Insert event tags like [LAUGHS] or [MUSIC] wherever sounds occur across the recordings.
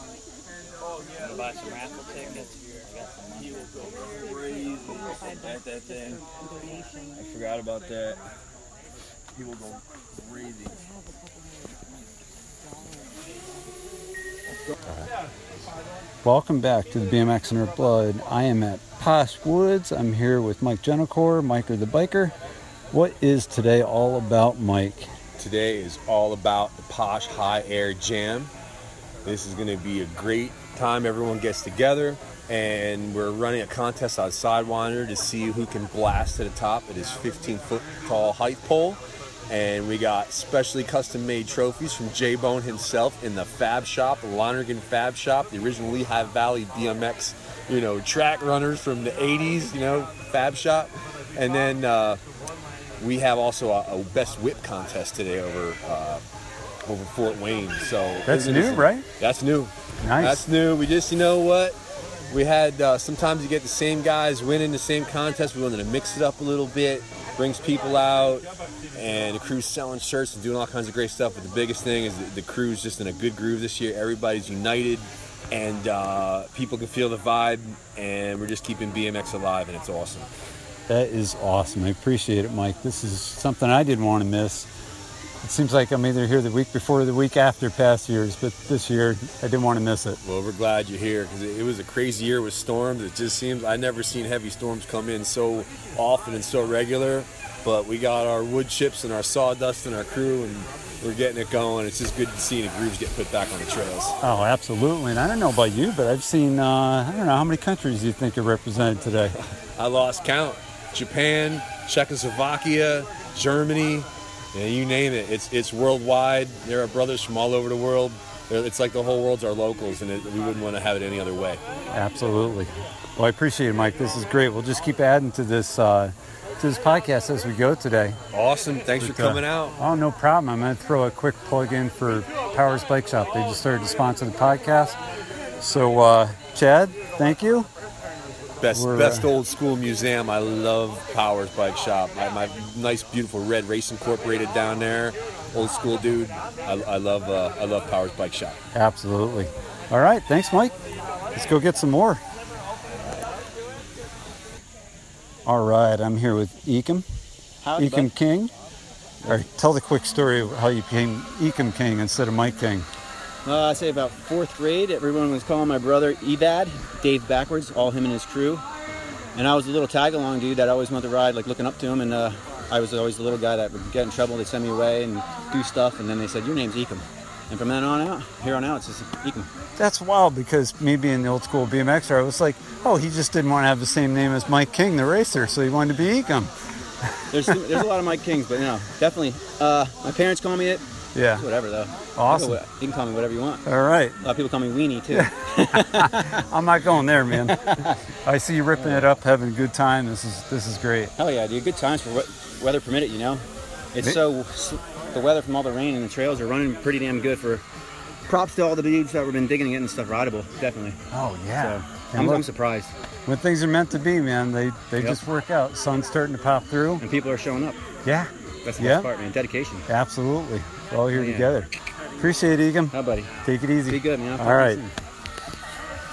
Gonna buy some raffle tickets. I got some money. Crazy at that thing. I forgot about that. He will go crazy. Welcome back to the BMX in Her Blood. I am at Posh Woods. I'm here with Mike Genicore, Mike or the Biker. What is today all about, Mike? Today is all about the Posh High Air Jam. This is going to be a great time. Everyone gets together, and we're running a contest on Sidewinder to see who can blast to the top at his 15 foot tall height pole. And we got specially custom made trophies from J Bone himself in the Fab Shop, Lonergan Fab Shop, the original Lehigh Valley BMX, you know, track runners from the 80s, you know, Fab Shop. And then uh, we have also a, a best whip contest today over uh, over Fort Wayne. So That's isn't new, this- right? That's new. Nice. That's new. We just, you know what? We had uh, sometimes you get the same guys winning the same contest. We wanted to mix it up a little bit, brings people out, and the crew's selling shirts and doing all kinds of great stuff. But the biggest thing is the, the crew's just in a good groove this year. Everybody's united, and uh, people can feel the vibe, and we're just keeping BMX alive, and it's awesome. That is awesome. I appreciate it, Mike. This is something I didn't want to miss. It seems like I'm either here the week before or the week after past years, but this year I didn't want to miss it. Well, we're glad you're here because it, it was a crazy year with storms. It just seems I never seen heavy storms come in so often and so regular. But we got our wood chips and our sawdust and our crew, and we're getting it going. It's just good to see the grooves get put back on the trails. Oh, absolutely. And I don't know about you, but I've seen, uh, I don't know, how many countries do you think are represented today? I lost count. Japan, Czechoslovakia, Germany, yeah, you name it. It's it's worldwide. There are brothers from all over the world. They're- It's like the whole world's our locals, and it, we wouldn't want to have it any other way. Absolutely. Well, I appreciate it, Mike. This is great. We'll just keep adding to this uh, to this podcast as we go today. Awesome. Thanks for But, uh, coming out. Oh, no problem. I'm going to throw a quick plug in for Powers Bike Shop. They just started to sponsor the podcast. So, uh, Chad, thank you. Best We're, best uh, old school museum. I love Powers Bike Shop. My, my nice, beautiful red race incorporated down there. Old school dude. I, I love uh, I love Powers Bike Shop. Absolutely. All right. Thanks, Mike. Let's go get some more. All right. I'm here with Ekim, Ekim King. All right. Tell the quick story of how you became Ekim King instead of Mike King. Uh, I say about fourth grade, everyone was calling my brother Evad, Dave backwards, all him and his crew. And I was a little tag along dude that I always wanted to ride, like looking up to him. And uh, I was always the little guy that would get in trouble. They'd send me away and do stuff. And then they said, Your name's Ekum. And from then on out, here on out, it's just Ekum. That's wild because me being the old school BMXer, I was like, oh, he just didn't want to have the same name as Mike King, the racer, so he wanted to be [LAUGHS] Ecom. There's, [LAUGHS] there's a lot of Mike Kings, but you know, definitely. Uh, my parents call me it. It's Yeah. whatever, though. Awesome. You can call me whatever you want. All right. A lot of people call me Weenie, too. [LAUGHS] I'm not going [LAUGHS] there, man. [LAUGHS] I see you ripping it up, having a good time. This is this is great. Hell yeah, dude. Good times for what weather permitted, you know? It's so, the weather from all the rain and the trails are running pretty damn good for props to all the dudes that have been digging and getting stuff rideable, definitely. Oh yeah. So, And I'm, look, I'm surprised. when things are meant to be, man, they they Yep. just work out. Sun's starting to pop through. And people are showing up. Yeah. That's the Yeah. best part, man. Dedication. Absolutely. We're all here Oh, yeah. together. Appreciate it, Ecom. How, buddy? Take it easy. Be good, man. I'll talk to All you right. soon.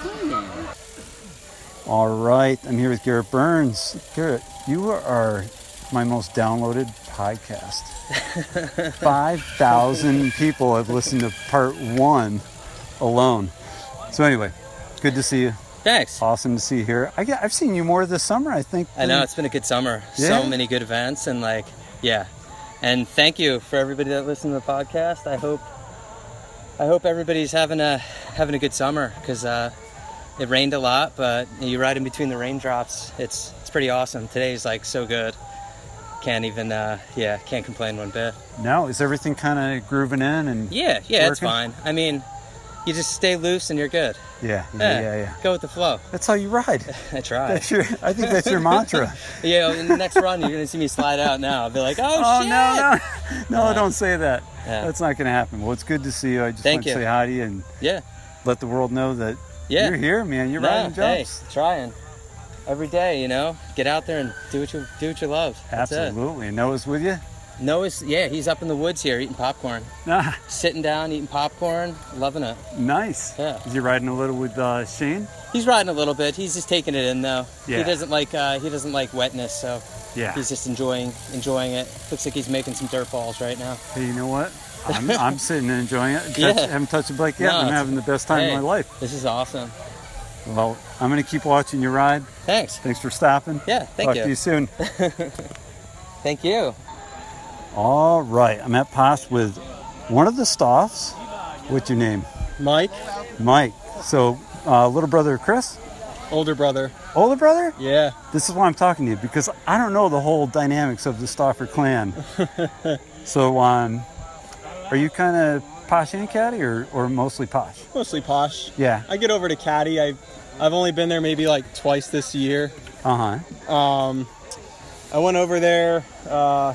All right, I'm here with Garrett Burns. Garrett, you are my most downloaded podcast. 5,000 people have listened to part one alone. So, anyway, good to see you. Thanks. Awesome to see you here. I get, I've seen you more this summer, I think. I know than- it's been a good summer. Yeah. So many good events and like yeah. And thank you for everybody that listened to the podcast. I hope I hope everybody's having a having a good summer cuz uh it rained a lot, but you ride in between the raindrops. It's it's pretty awesome. Today's like so good. Can't even uh yeah, can't complain one bit. Now, is everything kind of grooving in? and Yeah, yeah, it's Working? fine. I mean, you just stay loose and you're good. Yeah, yeah, yeah. yeah. Go with the flow. That's how you ride. [LAUGHS] I try. That's your, I think that's [LAUGHS] your mantra. Yeah, well, in the next run, you're gonna see me slide out now. I'll be like, oh, Oh shit! no, no, no! don't say that. Yeah. That's not going to happen. Well, it's good to see you. I just Thank want to you. say hi to you and Yeah, let the world know that yeah. you're here, man. You're No, riding hey, jumps. trying every day. You know, get out there and do what you do what you love. That's it. Absolutely. And Noah's with you. Noah's, yeah, he's up in the woods here [LAUGHS] eating popcorn, Ah, sitting down eating popcorn, loving it. nice. Yeah. Is he riding a little with uh, Shane? He's riding a little bit. He's just taking it in though. Yeah. He doesn't like uh, he doesn't like wetness, so Yeah. he's just enjoying enjoying it. Looks like he's making some dirt balls right now. Hey, you know what? [LAUGHS] I'm, I'm sitting and enjoying it. Touch, Yeah. Haven't touched a bike yet. No, and I'm it's- having the best time Hey, of my life. This is awesome. [LAUGHS] Well, I'm going to keep watching you ride. Thanks. Thanks for stopping. Yeah, thank Talk you. to you soon. [LAUGHS] Thank you. All right. I'm at Pass with one of the staffs. What's your name? Mike, Mike. So, uh, little brother Chris, older brother. older brother. Yeah. [LAUGHS] This is why I'm talking to you because I don't know the whole dynamics of the [LAUGHS] Stauffer clan. so, um, are you kind of posh and caddy or, or mostly posh? Mostly posh. Yeah. I get over to Caddy. I I've only been there maybe like twice this year. Um, Uh huh. I went over there uh,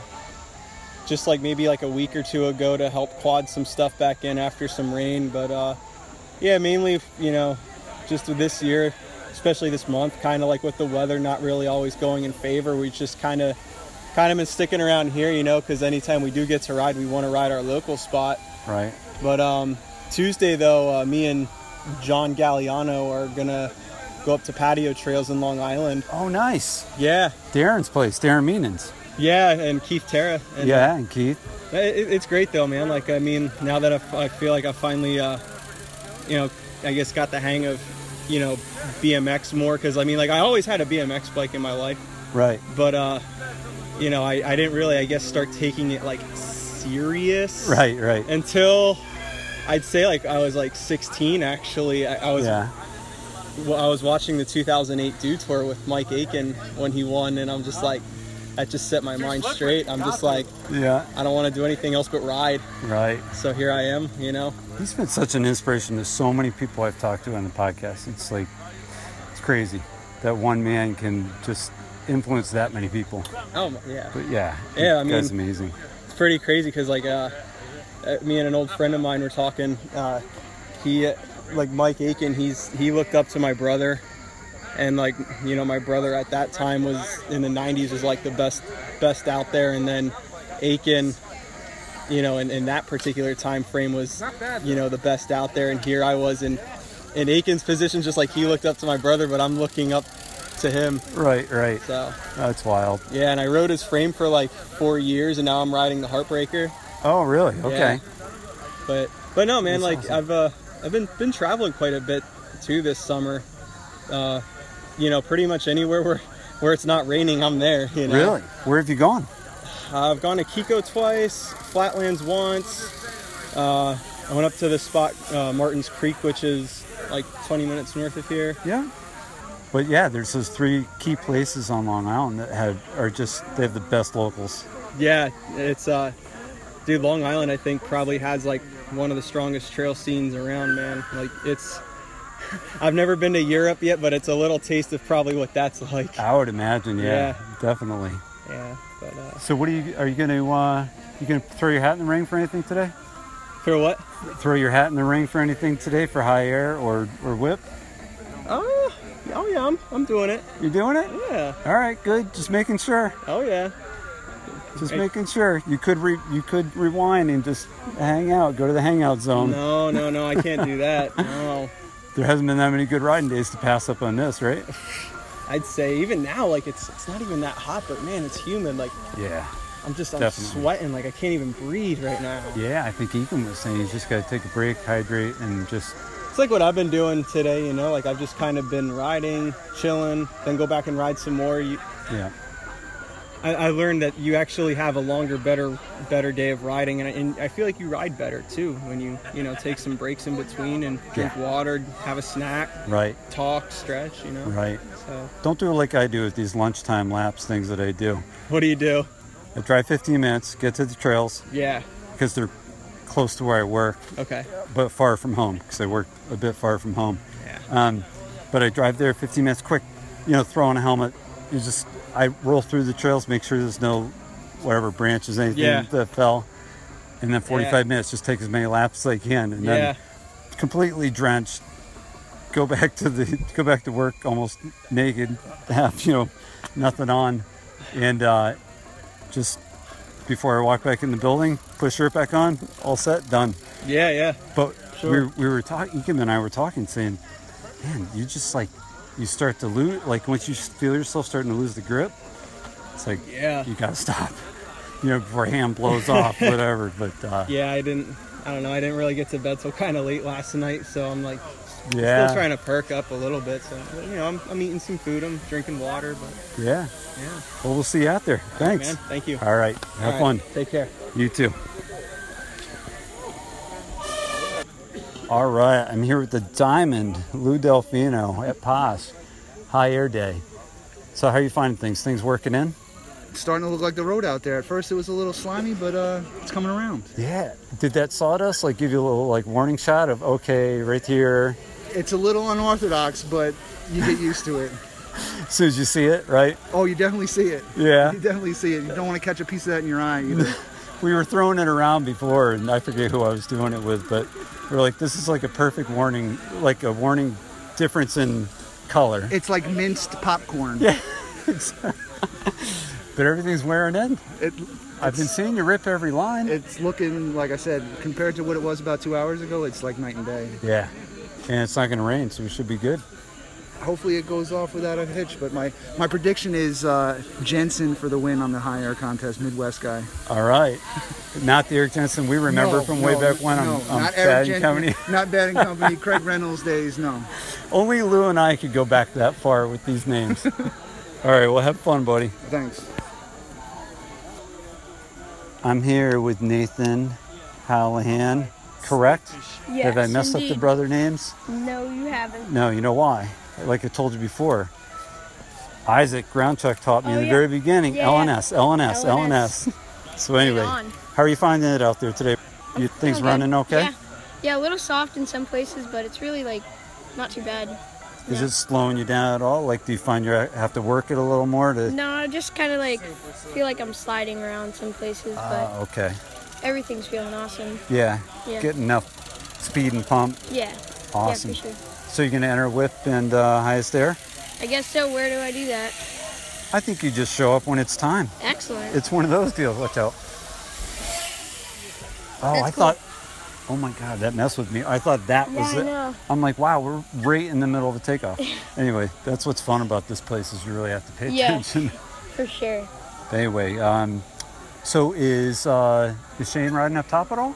just like maybe like a week or two ago to help quad some stuff back in after some rain, but uh, yeah, mainly you know just with this year, especially this month, kind of like with the weather not really always going in favor. We just kind of kind of been sticking around here, you know, because anytime we do get to ride, we want to ride our local spot. Right. But um, Tuesday, though, uh, me and John Galliano are gonna go up to Patio Trails in Long Island. Oh, nice. Yeah, Darren's place, Darren Meenan's. yeah, and Keith Terra. And, yeah, and Keith. uh, it, it's great though, man. Like I mean, now that I, f- I feel like I finally, uh, you know, I guess got the hang of, you know, BMX more because I mean, like I always had a BMX bike in my life, Right. but uh, you know, I, I didn't really, I guess, start taking it like serious. Right. Right. Until. I'd say like I was like 16 actually. I, I was yeah. Well, I was watching the 2008 Dew Tour with Mike Aiken when he won, and I'm just like, that just set my mind straight. I'm just like, Yeah. I don't want to do anything else but ride. Right. So here I am, you know. He's been such an inspiration to so many people I've talked to on the podcast. It's like, it's crazy that one man can just influence that many people. Oh my- yeah, But yeah, Yeah, I that mean- guy's amazing. it's pretty crazy because like, uh, uh, me and an old friend of mine were talking. Uh, he, uh, like Mike Aiken, he's he looked up to my brother, and like you know, my brother at that time was in the 90s was like the best best out there, and then Aiken. you know, in, in that particular time frame was, you know, the best out there. And here I was in, in Aiken's position, just like he looked up to my brother, but I'm looking up to him. Right, right. So, That's wild. yeah, and I rode his frame for like four years, and now I'm riding the Heartbreaker. Oh, really? Okay. But, but no, man, That's like awesome. I've, uh, I've been, been traveling quite a bit too this summer. Uh, you know, pretty much anywhere where, where it's not raining, I'm there, you know. Really? Where have you gone? Uh, I've gone to Kiko twice, Flatlands once. Uh, I went up to this spot, uh, Martin's Creek, which is like 20 minutes north of here. Yeah. But yeah, there's those three key places on Long Island that have are just they have the best locals. Yeah, it's uh, dude, Long Island. I think probably has like one of the strongest trail scenes around, man. Like it's, [LAUGHS] I've never been to Europe yet, but it's a little taste of probably what that's [LAUGHS] like. I would imagine, yeah, definitely. Yeah, but uh, So what are you are you gonna uh you gonna throw your hat in the ring for anything today? for what? Throw your hat in the ring for anything today for high air or or whip? Oh, yeah, oh yeah, I'm, I'm doing it. You're doing it? Yeah, All right, good. Just making sure. oh yeah. Just Hey. making sure. You could re- you could rewind and just hang out. Go to the hangout zone. No, no, no, I can't do that. [LAUGHS] No. There hasn't been that many good riding days to pass up on this, [LAUGHS] right? I'd say even now, like it's it's not even that hot, but man, it's humid. Like Yeah. I'm just I'm Definitely. sweating. Like I can't even breathe right now. Yeah, I think Egan was saying he's just got to take a break, hydrate, and just It's like what I've been doing today. You know, like I've just kind of been riding, chilling, then go back and ride some more. You, yeah, I, I learned that you actually have a longer, better, better day of riding, and I, and I feel like you ride better too when you you know take some breaks in between and drink Yeah. water, have a snack, right, talk, stretch. You know. right. So Don't do it like I do with these lunchtime laps things that I do. what do you do? I drive 15 minutes, get to the trails Yeah. because they're close to where I work, Okay. but far from home because I work a bit far from home. Yeah. Um, but I drive there 15 minutes quick, you know, throw on a helmet. You just I roll through the trails, make sure there's no whatever branches, anything Yeah. that fell, and then 45 minutes, just take as many laps as I can, and then yeah. completely drenched. Go back to the go back to work almost naked, have you know nothing on, and uh, just before I walk back in the building, put a shirt back on, all set, done. Yeah, yeah. But Sure. we, we were talking, Ekim and I were talking, saying, man, you just like, you start to lose, like once you feel yourself starting to lose the grip, it's like, Yeah. you gotta stop. You know, before hand blows [LAUGHS] off, whatever. But uh, Yeah, I didn't. I don't know. I didn't really get to bed till kind of late last night, so I'm like yeah, still trying to perk up a little bit. So you know, I'm, I'm eating some food. I'm drinking water, but yeah. yeah, Well, we'll see you out there. Thanks. man. Thank you. All right, All have right, fun. Take care. You too. All right, I'm here with the Diamond, Lou Delfino at PAS, High Air Day. So how are you finding things? Things working in? starting to look like the road out there. At first, it was a little slimy, but uh, it's coming around. Yeah. Did that sawdust like give you a little like warning shot of okay, right here? It's a little unorthodox, but you get used to it. [LAUGHS] As soon as you see it, right? Oh, you definitely see it. Yeah. You definitely see it. You don't want to catch a piece of that in your eye [LAUGHS] either. We were throwing it around before, and I forget who I was doing it with, but we're like, this is like a perfect warning, like a warning difference in color. It's like minced popcorn. But everything's wearing in. [LAUGHS] It, I've been seeing you rip every line. it's looking, like I said, compared to what it was about two hours ago, it's like night and day. Yeah. And it's not going to rain, so we should be good. Hopefully, it goes off without a hitch, but my, my prediction is uh, Jensen for the win on the high air contest, Midwest guy. All right. [LAUGHS] Not the Eric Jensen we remember No, from way no, back when no, on, on not Eric Bad and Jensen, Company. [LAUGHS] Not Bad and Company, Craig Reynolds days, no. [LAUGHS] Only Lou and I could go back that far with [LAUGHS] these names. All right. Well, have fun, buddy. Thanks. I'm here with Nathan Hallahan, correct? Yes, Have I messed up the indeed. brother names? No, you haven't. No, you know why? Like I told you before, Isaac Groundchuck taught me Oh, in the yeah. very beginning Yeah, yeah. LNS, LNS, [LAUGHS] LNS, So, anyway, on. how are you finding it out there today? You, things Feeling good. running okay? Yeah. yeah, a little soft in some places, but it's really like not too bad. Is Yeah. it slowing you down at all? Like, do you find you have to work it a little more to? No, I just kind of like feel like I'm sliding around some places, Ah, okay. but everything's feeling awesome. Yeah. Yeah. Get enough speed and pump. Yeah. Awesome. Yeah, for sure. So you're gonna enter whip and uh, highest air. I guess so. Where do I do that? I think you just show up when it's time. Excellent. It's one of those deals. Watch out. That's Oh, cool. I thought. Oh my God, that messed with me. I thought that Yeah, was I it. know. I'm like, wow, we're right in the middle of a takeoff. [LAUGHS] anyway, that's what's fun about this place is you really have to pay Yeah. attention. [LAUGHS] for sure. But anyway, um, so is uh, is Shane riding up top at all?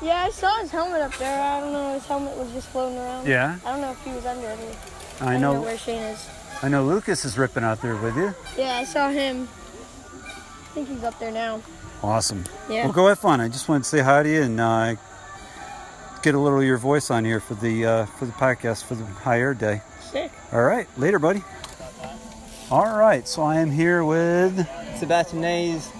Yeah, I saw his helmet up there. I don't know. His helmet was just floating around. Yeah. I don't know if he was under it. or- I don't know know. where Shane is. I know Lucas is ripping out there with you. Yeah, I saw him. I think he's up there now. Awesome. Yeah. Well, go have fun. I just wanted to say hi to you and uh, get a little of your voice on here for the uh, for the podcast for the High Air Day. Sick. All right, later, buddy. All right, so I am here with Sebastianese.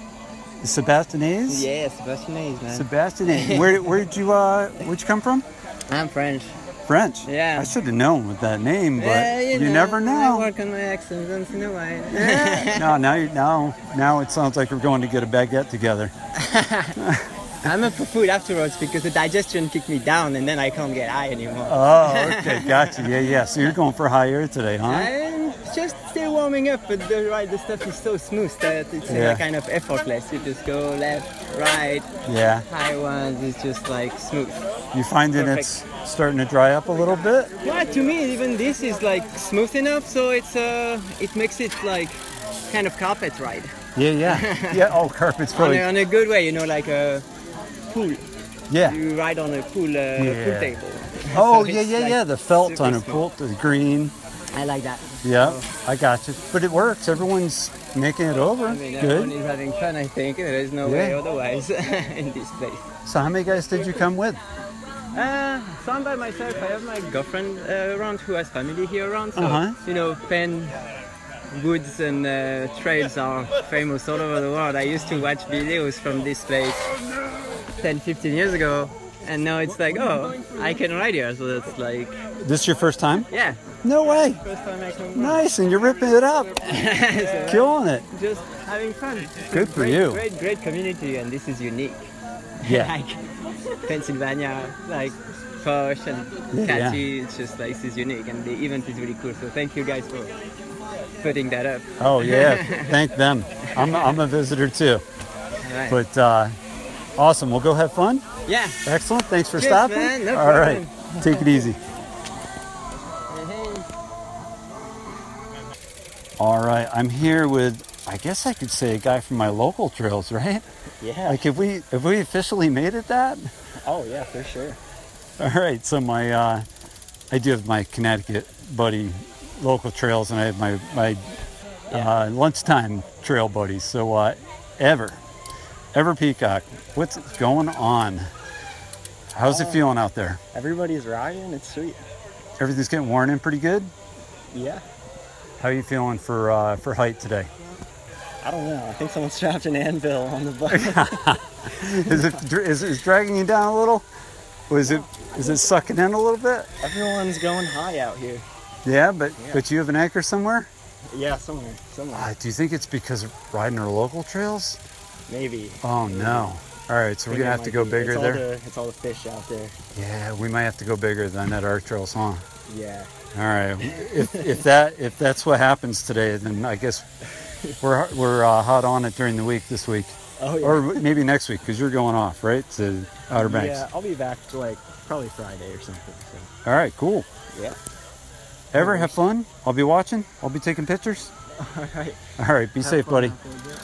Sebastianese. Yeah, Sebastianese, man. [LAUGHS] Sebastianese. where where did you uh where'd you come from? I'm French. French. Yeah. I should have known with that name, but Yeah, you, never know. I work on my accent once in [LAUGHS] a while. [LAUGHS] no, now you now now it sounds like we're going to get a baguette together. I'm up for food afterwards because the digestion kicked me down and then I can't get high anymore. Oh, okay, gotcha. Yeah, yeah. So you're going for high air today, huh? [LAUGHS] I'm just still warming up, but the right, the stuff is so smooth that it's Yeah. uh, kind of effortless. You just go left, right, Yeah. high ones. It's just like smooth. You finding it's starting to dry up a little bit? Yeah, to me, even this is like smooth enough, so it's uh, it makes it like kind of carpet ride Yeah, yeah. [LAUGHS] yeah, oh, carpet's on probably. a, on a good way. You know, like a pool. Yeah. You ride on a pool, uh, Yeah. pool table. [LAUGHS] Oh, So yeah, it's yeah, like yeah. The felt super on a small. bolt, the green. I like that. Yeah, I got you. But it works. Everyone's making it over. I mean, everyone Good. is having fun. I think there is no way Yeah. otherwise [LAUGHS] in this place. So, how many guys did you come with? Uh, so I'm by myself. I have my girlfriend uh, around who has family here around. So, Uh-huh. you know, Penn woods and uh, trails are famous all over the world. I used to watch videos from this place 10, 15 years ago. And now it's like, oh, I can ride here. So that's like, This your first time? yeah. No way. First time I come around. Nice. And you're ripping it [LAUGHS] up, So killing it. just having fun. Good for Great, you. Great, great community. And this is unique. Yeah. [LAUGHS] Like Pennsylvania, like posh and Yeah. catchy. It's just like this is unique, and the event is really cool. So thank you guys for putting that up. [LAUGHS] Oh, yeah. Thank them. I'm, I'm a visitor too. Right. But uh, awesome. We'll go have fun. Yeah. Excellent. Thanks for Cheers, stopping. man. No All right. Take it easy. All right. I'm here with, I guess I could say, a guy from my local trails, right? Yeah. Like, have we have we officially made it that? Oh yeah, for sure. All right, so my uh, I do have my Connecticut buddy local trails, and I have my my uh, lunchtime trail buddies. So uh, ever, ever Peacock, what's going on? How's it Uh, feeling out there? Everybody's riding. It's sweet. Everything's getting worn in pretty good. Yeah. How are you feeling for uh, for height today? [LAUGHS] I don't know. I think someone [LAUGHS] strapped an anvil on [LAUGHS] the bike. Is it is it dragging you down a little? Or is it is it sucking in a little bit? Everyone's going high out here. Yeah, but Yeah. but you have an anchor somewhere. Yeah, somewhere, somewhere. Uh, do you think it's because riding our local trails? Maybe. Oh no! All right, so we're gonna have to go bigger it's there. All the, it's all the fish out there. Yeah, we might have to go bigger than at our trails, huh? All Yeah. [LAUGHS] right. If, if that if that's what happens today, then I guess we're we're uh, hot on it during the week this week. Oh, yeah. Or maybe next week because you're going off right to Outer Banks. Yeah, I'll be back to like probably Friday or something. So. All right, cool. Yeah. Ever have fun? I'll be watching. I'll be taking pictures. [LAUGHS] All right. All right, be Have safe, fun buddy. out there, dude.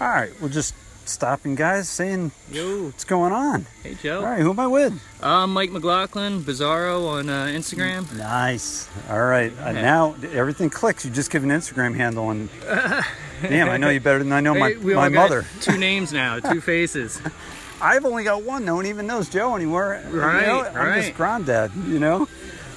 All right, we're just stopping, guys, saying Yo. what's going on. Hey, All Joe. right, who am I with? I'm Uh, Mike McLaughlin, Bizarro on uh, Instagram. Nice. All right. Uh, Yeah. now everything clicks. You just give an Instagram handle, [LAUGHS] and damn, I know you better than I know my, Hey, we my all got mother. Two names now, two faces. [LAUGHS] I've only got one. No one even knows Joe anymore. You know, Right, I'm just right. granddad. You know.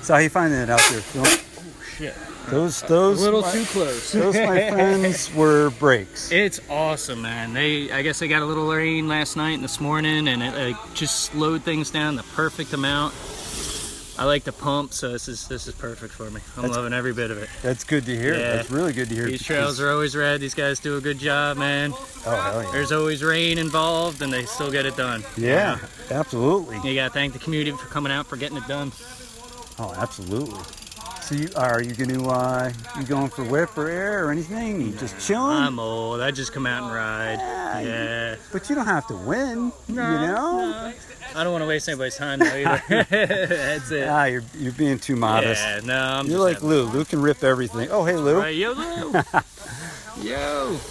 So how you finding it out there? Feeling- Oh, Shit. Those those A little my- too close. those [LAUGHS] my friends were breaks. It's awesome, man. They, I guess, they got a little rain last night and this morning, and it like, just slowed things down the perfect amount. I like to pump, so this is this is perfect for me. I'm That's- loving every bit of it. That's good to hear. Yeah. That's really good to hear. These because- trails are always red. These guys do a good job, man. Oh hell yeah. There's always rain involved, and they still get it done. Yeah, absolutely. You gotta thank the community for coming out for getting it done. Oh, absolutely. So you are you gonna uh, you going for whip or air or anything? You just chilling? I'm old. I just come out and ride. Yeah. But you don't have to win, you No, know? no. I don't want to waste anybody's time though [LAUGHS] either. That's it. Ah, you're, you're being too modest. Yeah, no, I'm you're like just Lou. Lou can rip everything. Oh, hey, Lou. Right, yo, Lou. Yo. [LAUGHS]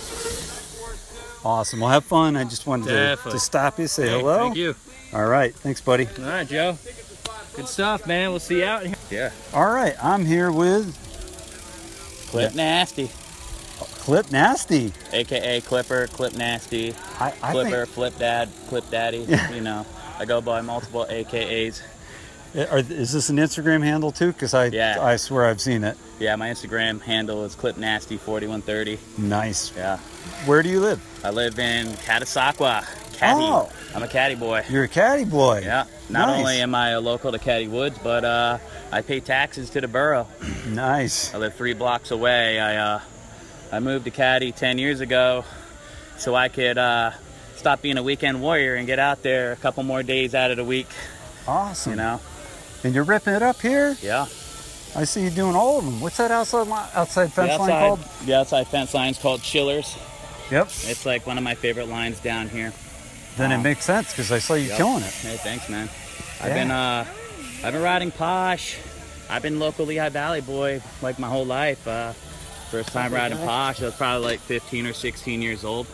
awesome. Well, have fun. I just wanted to, Definitely. to stop you, say Hey, hello. thank you. All right. Thanks, buddy. All right, Joe. Good stuff, man. We'll see you out here. Yeah. All right. I'm here with Clip Nasty, Clip Nasty. aka Clipper, Clip Nasty, I, I Clipper, Flip Dad, Clip Daddy. Yeah. You know, I go by multiple AKAs. Eh, Are, is this an Instagram handle too? Because I, Yeah. I swear I've seen it. Yeah, my Instagram handle is Clip Nasty 4130. Nice. Yeah. Where do you live? I live in Catasauqua, Caddy. Oh. I'm a Caddy boy. You're a caddy boy. Yeah. Not Nice. only am I a local to Caddy Woods, but uh, I pay taxes to the borough. [CLEARS THROAT] Nice. I live three blocks away. I uh, I moved to Caddy 10 years ago so I could uh, stop being a weekend warrior and get out there a couple more days out of the week. Awesome. You know? And you're ripping it up here. Yeah. I see you doing all of them. What's that outside li- outside fence the line outside, called? The outside fence line's called Chillers. Yep. It's like one of my favorite lines down here. Then it Um, makes sense because I saw you Yep. killing it. Hey, thanks, man. Yeah. I've been uh, I've been riding posh. I've been local Lehigh Valley boy like my whole life. Uh, first time riding posh, I was probably like 15 or 16 years old.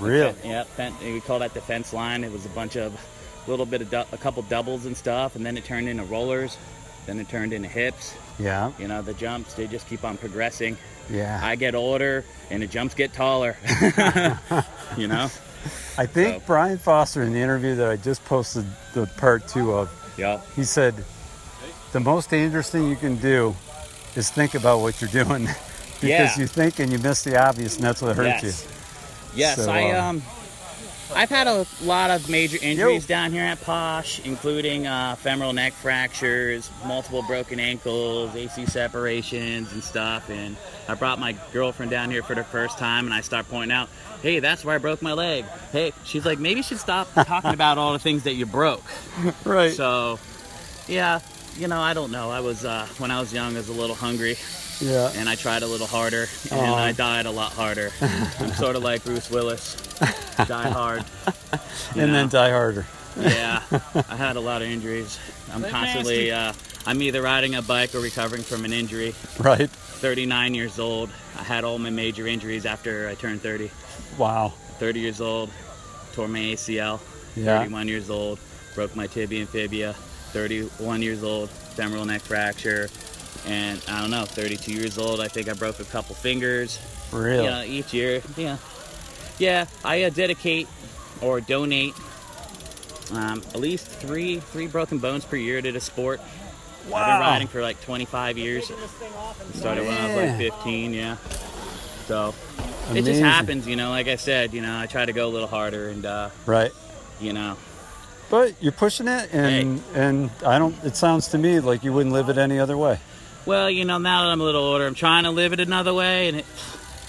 Really? Yeah, fen- we call that the fence line. It was a bunch of little bit of dou- a couple doubles and stuff, and then it turned into rollers. Then it turned into hips. Yeah. You know, the jumps they just keep on progressing. Yeah. I get older, and the jumps get taller. [LAUGHS] you know. I think Brian Foster in the interview that I just posted the part two of, Yep. he said, the most dangerous thing you can do is think about what you're doing [LAUGHS] because Yeah. you think and you miss the obvious and that's what hurts Yes. you. Yes, So, I uh, um, I've had a lot of major injuries down here at Posh, including uh, femoral neck fractures, multiple broken ankles, AC separations, and stuff. And I brought my girlfriend down here for the first time, and I start pointing out, "Hey, that's where I broke my leg." Hey, she's like, "Maybe you should stop [LAUGHS] talking about all the things that you broke." Right. So, yeah, you know, I don't know. I was uh, when I was young, I was a little hungry. Yeah. And I tried a little harder, and Aw. I died a lot harder. I'm sort of like Bruce Willis, die hard. [LAUGHS] you and then know? die harder. [LAUGHS] yeah, I had a lot of injuries. I'm constantly, uh, I'm either riding a bike or recovering from an injury. Right. 39 years old. I had all my major injuries after I turned 30. Wow. 30 years old, tore my ACL. Yeah. 31 years old, broke my tibia and fibia. 31 years old, femoral neck fracture. And I don't know, 32 years old, I think I broke a couple fingers. Really? You know, each year. Yeah. Yeah, I uh, dedicate or donate um, at least three three broken bones per year to the sport. I've Wow. been riding for like 25 years. Started when I was like Yeah. 15, yeah. So it just Amazing. happens, you know. Like I said, you know, I try to go a little harder, and uh, Right. you know, But you're pushing it, and and I don't. It sounds to me like you wouldn't live it any other way. well, you know, now that I'm a little older, I'm trying to live it another way, and it,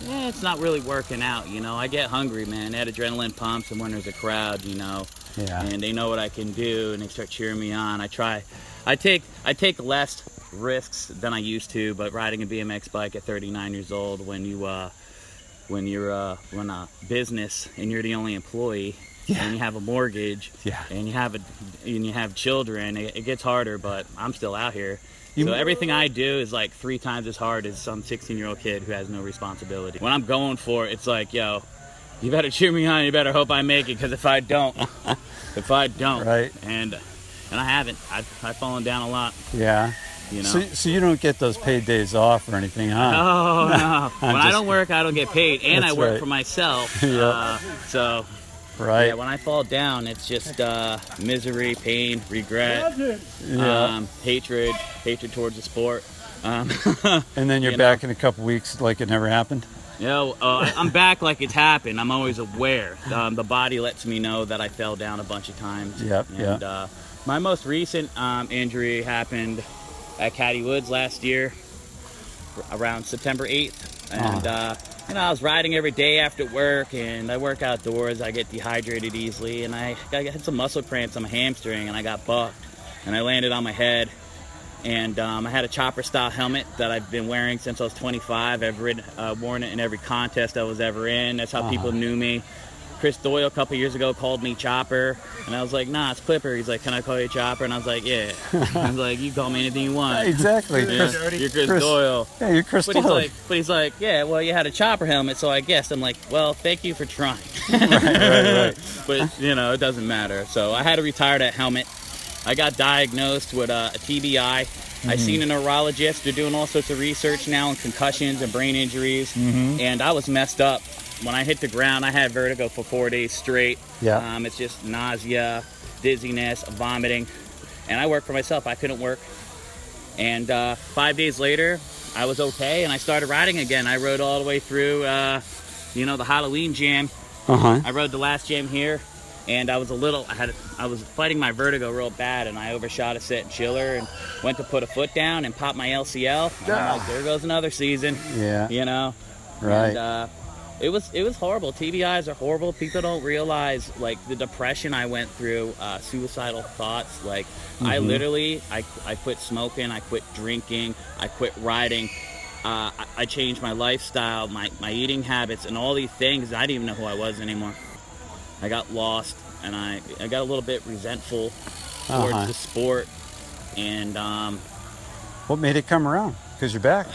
yeah, it's not really working out. You know, I get hungry, man. That adrenaline pumps, and when there's a crowd, you know, Yeah. and they know what I can do, and they start cheering me on. I try, I take, I take less risks than I used to, but riding a BMX bike at 39 years old, when you, uh, when you're, uh, when a business and you're the only employee, and you have a mortgage, Yeah. and you have a, and you have children, it, it gets harder. But I'm still out here. You- so everything I do is like three times as hard as some 16-year-old kid who has no responsibility. When I'm going for it, it's like, yo, you better [LAUGHS] cheer me on. You better hope I make it, because if [LAUGHS] I don't, if I don't, Right. and and I haven't. I I've fallen down a lot. Yeah. You So, know? so you don't get those paid days off or anything, huh? [LAUGHS] Oh no! I'm when I just- don't work, I don't get paid, and I That's work right. for [LAUGHS] myself. Yeah. uh, so right. yeah, when I fall down, it's just uh, misery, pain, regret, Yeah. um, hatred, hatred towards the sport. Um, [LAUGHS] [LAUGHS] and then you're you know. back in a couple weeks like it never happened. you know, uh, I'm back like it's happened. I'm always aware. Um, the body lets me know that I fell down a bunch of times. Yep, And uh, my most recent um, injury happened at Caddy Woods last year, r- around September 8th. And, uh, you know, I was riding every day after work, and I work outdoors. I get dehydrated easily, and I, I had some muscle cramps on my hamstring, and I got bucked, and I landed on my head. And um, I had a chopper style helmet that I've been wearing since I was 25. I've ridden, uh, worn it in every contest I was ever in. That's how Uh-huh. people knew me. Chris Doyle a couple years ago called me Chopper, and I was like, "Nah, it's Clipper." He's like, "Can I call you Chopper?" And I was like, "Yeah." I was like, "You call me anything you [LAUGHS] want." Exactly. Yeah, Chris- you're Chris, Chris- Doyle. yeah, you're Chris But he's Doyle. like, but he's like, yeah. Well, you had a chopper helmet, so I guessed. I'm like, well, thank you for trying. [LAUGHS] but you know, it doesn't matter. So I had to retire that helmet. I got diagnosed with uh, a TBI. I seen a neurologist. They're doing all sorts of research now on concussions and brain injuries. And I was messed up. When I hit the ground, I had vertigo for four days straight. Yeah. Um, it's just nausea, dizziness, vomiting. And I worked for myself. I couldn't work. And uh, five days later, I was okay, and I started riding again. I rode all the way through, uh, you know, the Halloween jam. Uh huh. I rode the last jam here, and I was a little. I had. I was fighting my vertigo real bad, and I overshot a set chiller and went to put a foot down and popped my LCL. And I'm like, there goes another season. Yeah. You know. Right. And, uh, it was it was horrible. TBIs are horrible. People don't realize like the depression I went through, uh, suicidal thoughts. Like I Mm-hmm. literally, I I quit smoking, I quit drinking, I quit riding. Uh, I, I changed my lifestyle, my, my eating habits, and all these things. I didn't even know who I was anymore. I got lost, and I I got a little bit resentful towards Uh-huh. the sport, and um, What made it come around? Because you're [SIGHS] back.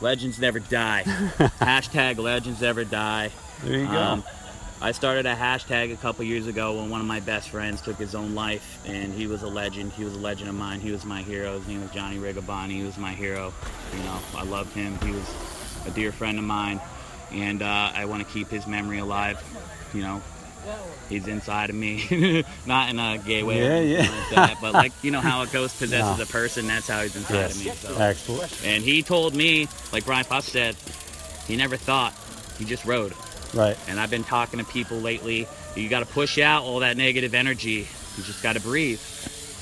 legends never [LAUGHS] die. Hashtag legends never die. There you go. Um, I started a hashtag a couple years ago when one of my best friends took his own life, and he was a legend. He was a legend of mine. He was my hero. His name was Johnny Rigobani. He was my hero. You know, I loved him. He was a dear friend of mine, and uh, I want to keep his memory alive. You know, he's inside of me, [LAUGHS] not in a gay way, or Yeah, anything yeah. like that, but like you know how [LAUGHS] a ghost possesses a person. That's how he's inside of me. So. Excellent. And he told me, like Brian Puff said, he never thought. He just rode. Right. And I've been talking to people lately. You got to push out all that negative energy. You just got to breathe.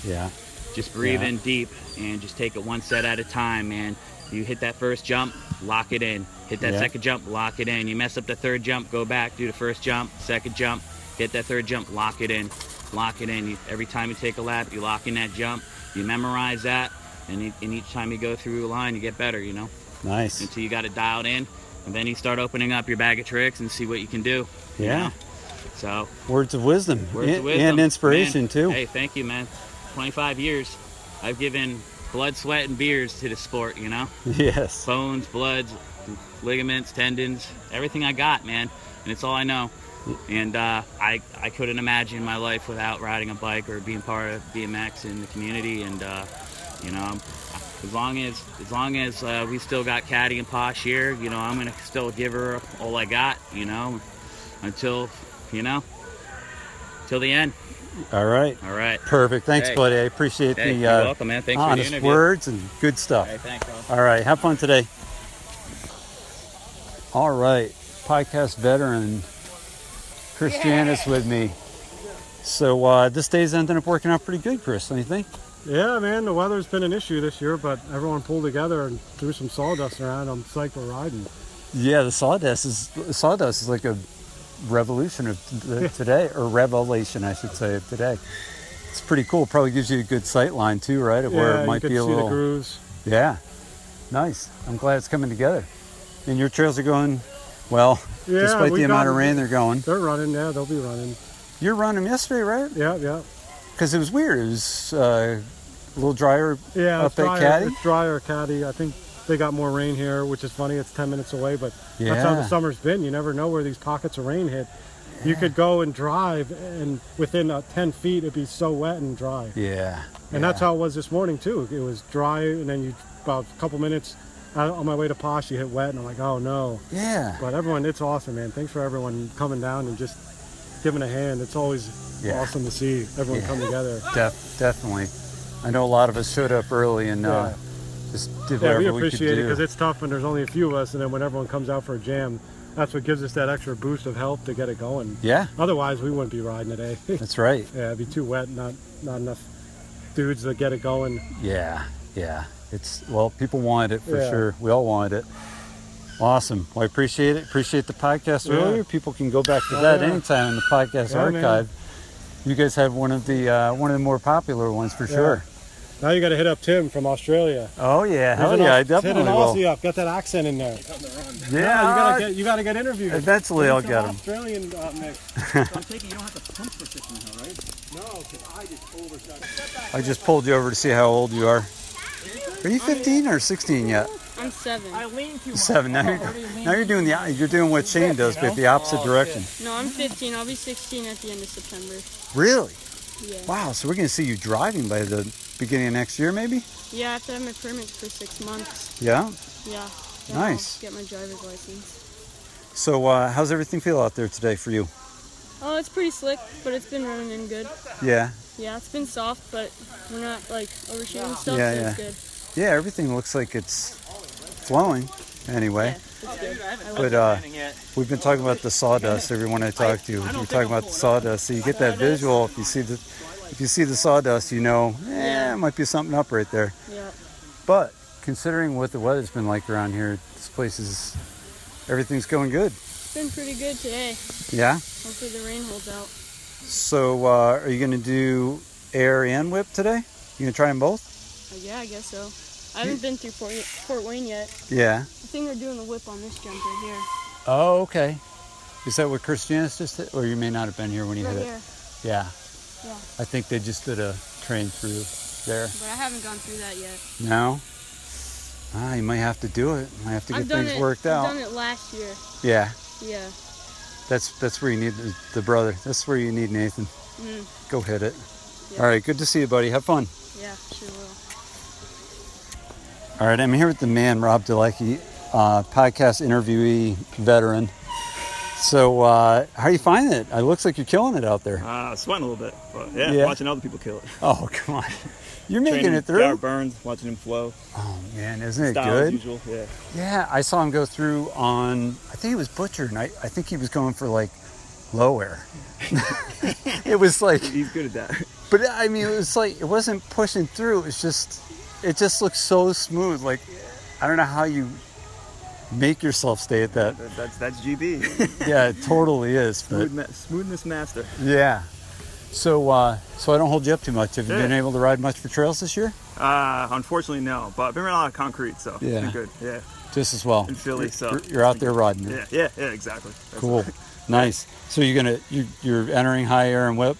Yeah. Just breathe Yeah. in deep and just take it one set at a time, man. You hit that first jump, lock it in. Hit that Yeah. second jump, lock it in. You mess up the third jump, go back, do the first jump, second jump, hit that third jump, lock it in, lock it in. You, every time you take a lap, you e, lock in that jump, you memorize that, and, you, and each time you go through a line, you get better, you know? Nice. Until you got it dialed in, and then you start opening up your bag of tricks and see what you can do. you Yeah. know? So Words of wisdom, Words and, of wisdom. and inspiration Man, too. Hey, thank you, man. 25 years. I've given blood, sweat, and beers to the sport, you know? Yes. Bones, bloods, ligaments, tendons, everything I got, man. And it's all I know. And uh, I, I couldn't imagine my life without riding a bike or being part of BMX in the community. And, uh, you know, I'm- as long as as long as uh, we still got Caddy and Posh here, you know, I'm going to still give her all I got, you know, until, you know, till the end. All right. All right. Perfect. Thanks, Hey. buddy. I appreciate Hey, the you're uh, welcome, man. Thanks for the honest interview. words and good stuff. Hey, thanks, bro. All right. Have fun today. All right. Podcast veteran Christiana's with me. So uh, this day's ending up working out pretty good, Chris. Don't you think? Yeah, man, the weather's been an issue this year, but everyone pulled together and threw some sawdust around. I'm psyched we're riding. Yeah, the sawdust is sawdust is like a revolution of the, today, or revelation, I should say, of today. It's pretty cool. Probably gives you a good sight line too, right? Of Yeah, where it you might could be a see the little grooves. Yeah, nice. I'm glad it's coming together. And your trails are going well, Yeah, despite we the amount of got- rain they're going. They're running, yeah, they'll be running. You're running yesterday, right? Yeah, yeah. Because it was weird. It was uh, a little drier Yeah, up it's drier, at Caddy. It's drier at Caddy. I think they got more rain here, which is funny. It's 10 minutes away, but that's how the Yeah. summer's been. You never know where these pockets of rain hit. You could go and drive, and within uh, 10 feet, it'd be so wet and dry. Yeah. And that's yeah. how it was this morning too. It was dry, and then you about a couple minutes out on my way to Posh, you hit wet, and I'm like, oh no. Yeah. But everyone, it's awesome, man. Thanks for everyone coming down and just giving a hand. It's always Yeah. awesome to see everyone Yeah. come [LAUGHS] together. Def- definitely. I know a lot of us showed up early and uh, just did Yeah, whatever we we, appreciate could it do. because it's tough when there's only a few of us, and then when everyone comes out for a jam, that's what gives us that extra boost of help to get it going. Yeah. Otherwise, we wouldn't be riding today. [LAUGHS] That's right. yeah, it'd be too wet. Not not enough dudes to get it going. Yeah, yeah. It's well, people wanted it for Yeah. sure. We all wanted it. Awesome. Well, I appreciate it. Appreciate the podcast Yeah. earlier. People can go back to Oh, that yeah. anytime in the podcast Yeah, man. archive. You guys have one of the uh, one of the more popular ones for Yeah. sure. Now you got to hit up Tim from Australia. Oh yeah, He's hell an yeah, Aus- I definitely hit an will. Aussie up. Got that accent in there. Yeah, you I- gotta get you gotta get interviewed. eventually I'll Some get 'em. Australian uh, [LAUGHS] mix. I'm taking you don't have to pump for sitting now, right? No, because I just overshot. I just pulled you over to see how old you are. Are you 15 or 16 yet? I'm seven. I lean too Seven. Now you're, now you're doing the you're doing what Shane does, but the opposite direction. No, I'm 15. I'll be 16 at the end of September. Really? Yeah. Wow. So we're gonna see you driving by the beginning of next year, maybe? Yeah, I have to have my permit for six months. Yeah. Yeah. Then Nice. I'll get my driver's license. So, uh, how's everything feel out there today for you? Oh, it's pretty slick, but it's been running in good. Yeah. Yeah, it's been soft, but we're not like overshooting stuff. yeah, so yeah. It's good. Yeah, everything looks like it's flowing anyway. It's good. I like But it. uh, we've been talking about the sawdust. Everyone I talk to, we're talking about the sawdust. So you get that visual. If you see the, if you see the sawdust, you know, eh, it might be something up right there. Yeah. But considering what the weather's been like around here, this place is, everything's going good. It's been pretty good today. Yeah. Hopefully the rain holds out. So uh, are you gonna do air and whip today? You gonna try them both? Uh, yeah, I guess so. I haven't been through Fort, Fort Wayne yet. Yeah. I think they're doing the whip on this jump right here. Oh, okay. Is that what Christianus just hit? Or you may not have been here when you Right hit here. it. Yeah. Yeah. I think they just did a train through there. But I haven't gone through that yet. No? Ah, you might have to do it. Might have to get I've done things it. worked I've out. done it last year. Yeah. Yeah. That's that's where you need the, the brother. That's where you need Nathan. Mm. Go hit it. Yeah. All right, good to see you, buddy. Have fun. Yeah, sure will. All right, I'm here with the man, Rob Delecki, uh, podcast interviewee, veteran. So, uh, how are you finding it? It looks like you're killing it out there. Uh, sweating a little bit, but yeah, Yeah. watching other people kill it. Oh, [LAUGHS] come on. You're making Training it through? Garrett Burns, watching him flow. Oh man, isn't it Style good? As usual, yeah. Yeah, I saw him go through on. I think it was Butcher, and I, I think he was going for like low air. [LAUGHS] it was like [LAUGHS] he's good at that. But I mean, it was like it wasn't pushing through. It was just, it just looked so smooth. Like I don't know how you make yourself stay at that. That- That's [LAUGHS] that's GB. Yeah, it totally is. But Smooth ma- smoothness master. yeah. So, uh, so I don't hold you up too much. Have you Yeah. been able to ride much for trails this year? Ah, Uh, unfortunately, no. But I've been around a lot of concrete, so it's Yeah. [LAUGHS] been good. Yeah. just as well. In Philly, so You're- you're out there riding. Yeah, yeah, yeah, exactly. That's Cool. Nice. So you're gonna you're, you're entering high air and [LAUGHS] whip.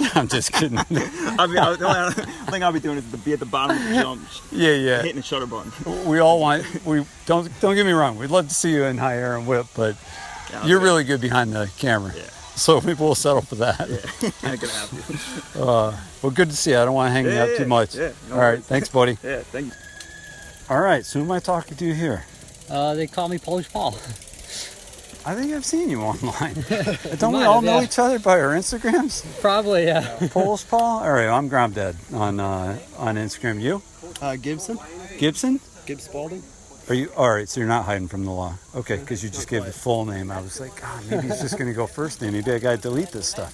no, [LAUGHS] I'm just kidding. I mean, I, the only [LAUGHS] thing I'll be doing is to be at the bottom of [LAUGHS] the jump. Yeah, yeah. Hitting the shutter [LAUGHS] button. we all want we don't don't get me wrong. We'd love to see you in high air and whip, but Yeah, you're okay. really good behind the camera. So [LAUGHS] we will settle for that. [LAUGHS] I can help [LAUGHS] you. Uh, well, good to see you. I don't want to hang you Yeah, up yeah, too much. yeah, no all right. worries. Thanks, buddy. [LAUGHS] Yeah, thank you. All right. So who am I talking to here? Uh, they call me Polish [LAUGHS] Paul. I think I've seen you [LAUGHS] online. [LAUGHS] You don't we might all have, know yeah. each other by our Instagrams? Probably, [LAUGHS] yeah. Polish Paul. All right. I'm Gromdad on uh, on Instagram. You Uh, Gibson? Gibson? Gibbs Spalding? Are you all right? So you're not hiding from the law, okay? Because you just gave the full name. I was like, God, maybe it's just going to go first name. Maybe I got to delete this stuff.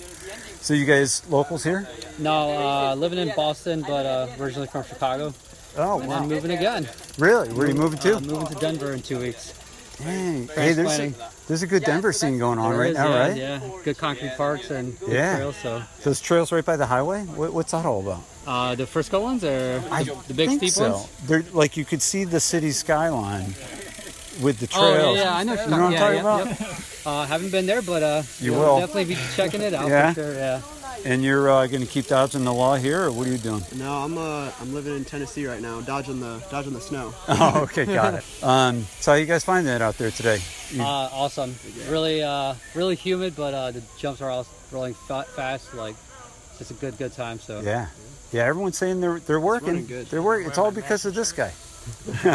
So you guys locals here? No, uh, living in Boston, but uh, originally from Chicago. Oh, and wow. then moving again. Really? Where are you moving to? Uh, moving to Denver in two weeks. Dang. Hey, there's a, there's a good Denver scene going on There right is, now, yeah, right? Yeah, good concrete parks and good Yeah. trails. So Those trails right by the highway. What, what's that all about? uh, the Frisco ones or the, the big Think steep so. ones? They're like you could see the city skyline with the Oh, yeah, trails. yeah, I know. You know what I'm talking yeah, about? yeah, yep. Uh, haven't been there, but uh, You we'll will. definitely be checking it out. Yeah? For sure, yeah. And you're uh, going to keep dodging the law here, or what are you [LAUGHS] doing? No, I'm uh, I'm living in Tennessee right now, dodging the dodging the snow. [LAUGHS] Oh, okay, got it. Um, so how you guys find that out there today? [LAUGHS] You- Uh, awesome. Really, uh, really humid, but uh, the jumps are all rolling fa- fast. Like, it's a good, good time. So Yeah, yeah. Everyone's saying they're they're working. running good. They're working. It's all because of this guy. [LAUGHS]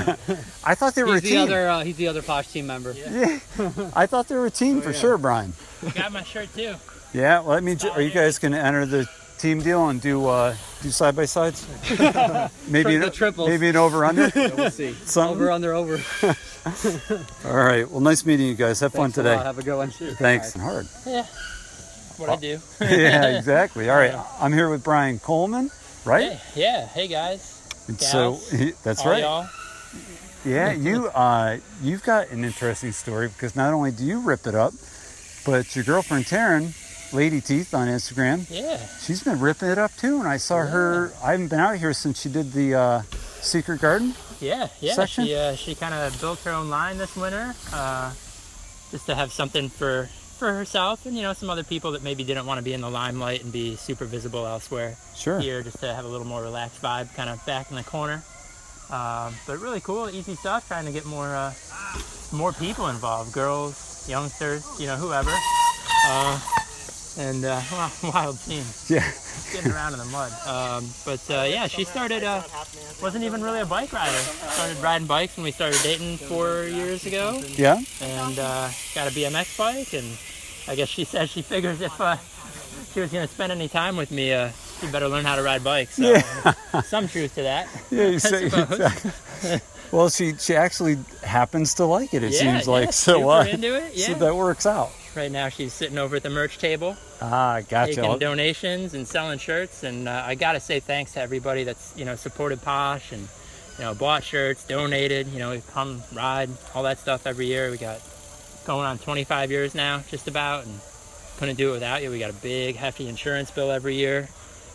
I thought they were he's the a team. other. Uh, he's the other posh team member. Yeah. [LAUGHS] I thought they were a Oh, team for sure, Brian. Got my shirt too. Yeah. Well, I mean, are you guys going to enter the team deal and do uh, do side by [LAUGHS] sides? maybe the an, triples. maybe an over under. [LAUGHS] Yeah, we'll see. Over under over. All right. Well, nice meeting you guys. Have fun Thanks a lot. today. Have a good one. Thanks. Hard. [LAUGHS] Yeah. What I do. yeah. Exactly. All right. I'm here with Brian Coleman. Right. [LAUGHS] Hey, yeah. Hey guys. And so Gals. he- that's All right. y'all. Yeah, you uh, you've got an interesting story because not only do you rip it up, but your girlfriend Taryn, Lady Teeth on Instagram, Yeah. she's been ripping it up too. And I saw her. I haven't been out here since she did the uh, Secret Garden. Yeah, yeah. Section? She uh, she kind of built her own line this winter, uh, just to have something for for herself and you know some other people that maybe didn't want to be in the limelight and be super visible elsewhere. Sure. Here, just to have a little more relaxed vibe, kind of back in the corner. Um, but really cool, easy stuff. Trying to get more uh, more people involved, girls, youngsters, you know, whoever. Uh, and uh, [LAUGHS] wild scene. Yeah. getting around in the mud. Um, but uh, yeah, she started. Uh, wasn't even really a bike rider. Started riding bikes when we started dating four years ago. Yeah. And uh, got a BMX bike, and I guess she says she figures if uh, she was gonna spend any time with me, uh, she better learn how to ride bikes. So some truth to that. Yeah, [LAUGHS] [LAUGHS] I you say, suppose. well, she she actually happens to like it. It Yeah, seems like yeah, so. super uh, into it, So yeah. that works out. Right now, she's sitting over at the merch table. Ah, gotcha. taking donations and selling shirts. And uh, I gotta say thanks to everybody that's you know supported Posh and you know bought shirts, donated. You know, we come ride all that stuff every year. We got going on 25 years now, just about, and couldn't do it without you. We got a big hefty insurance bill every year.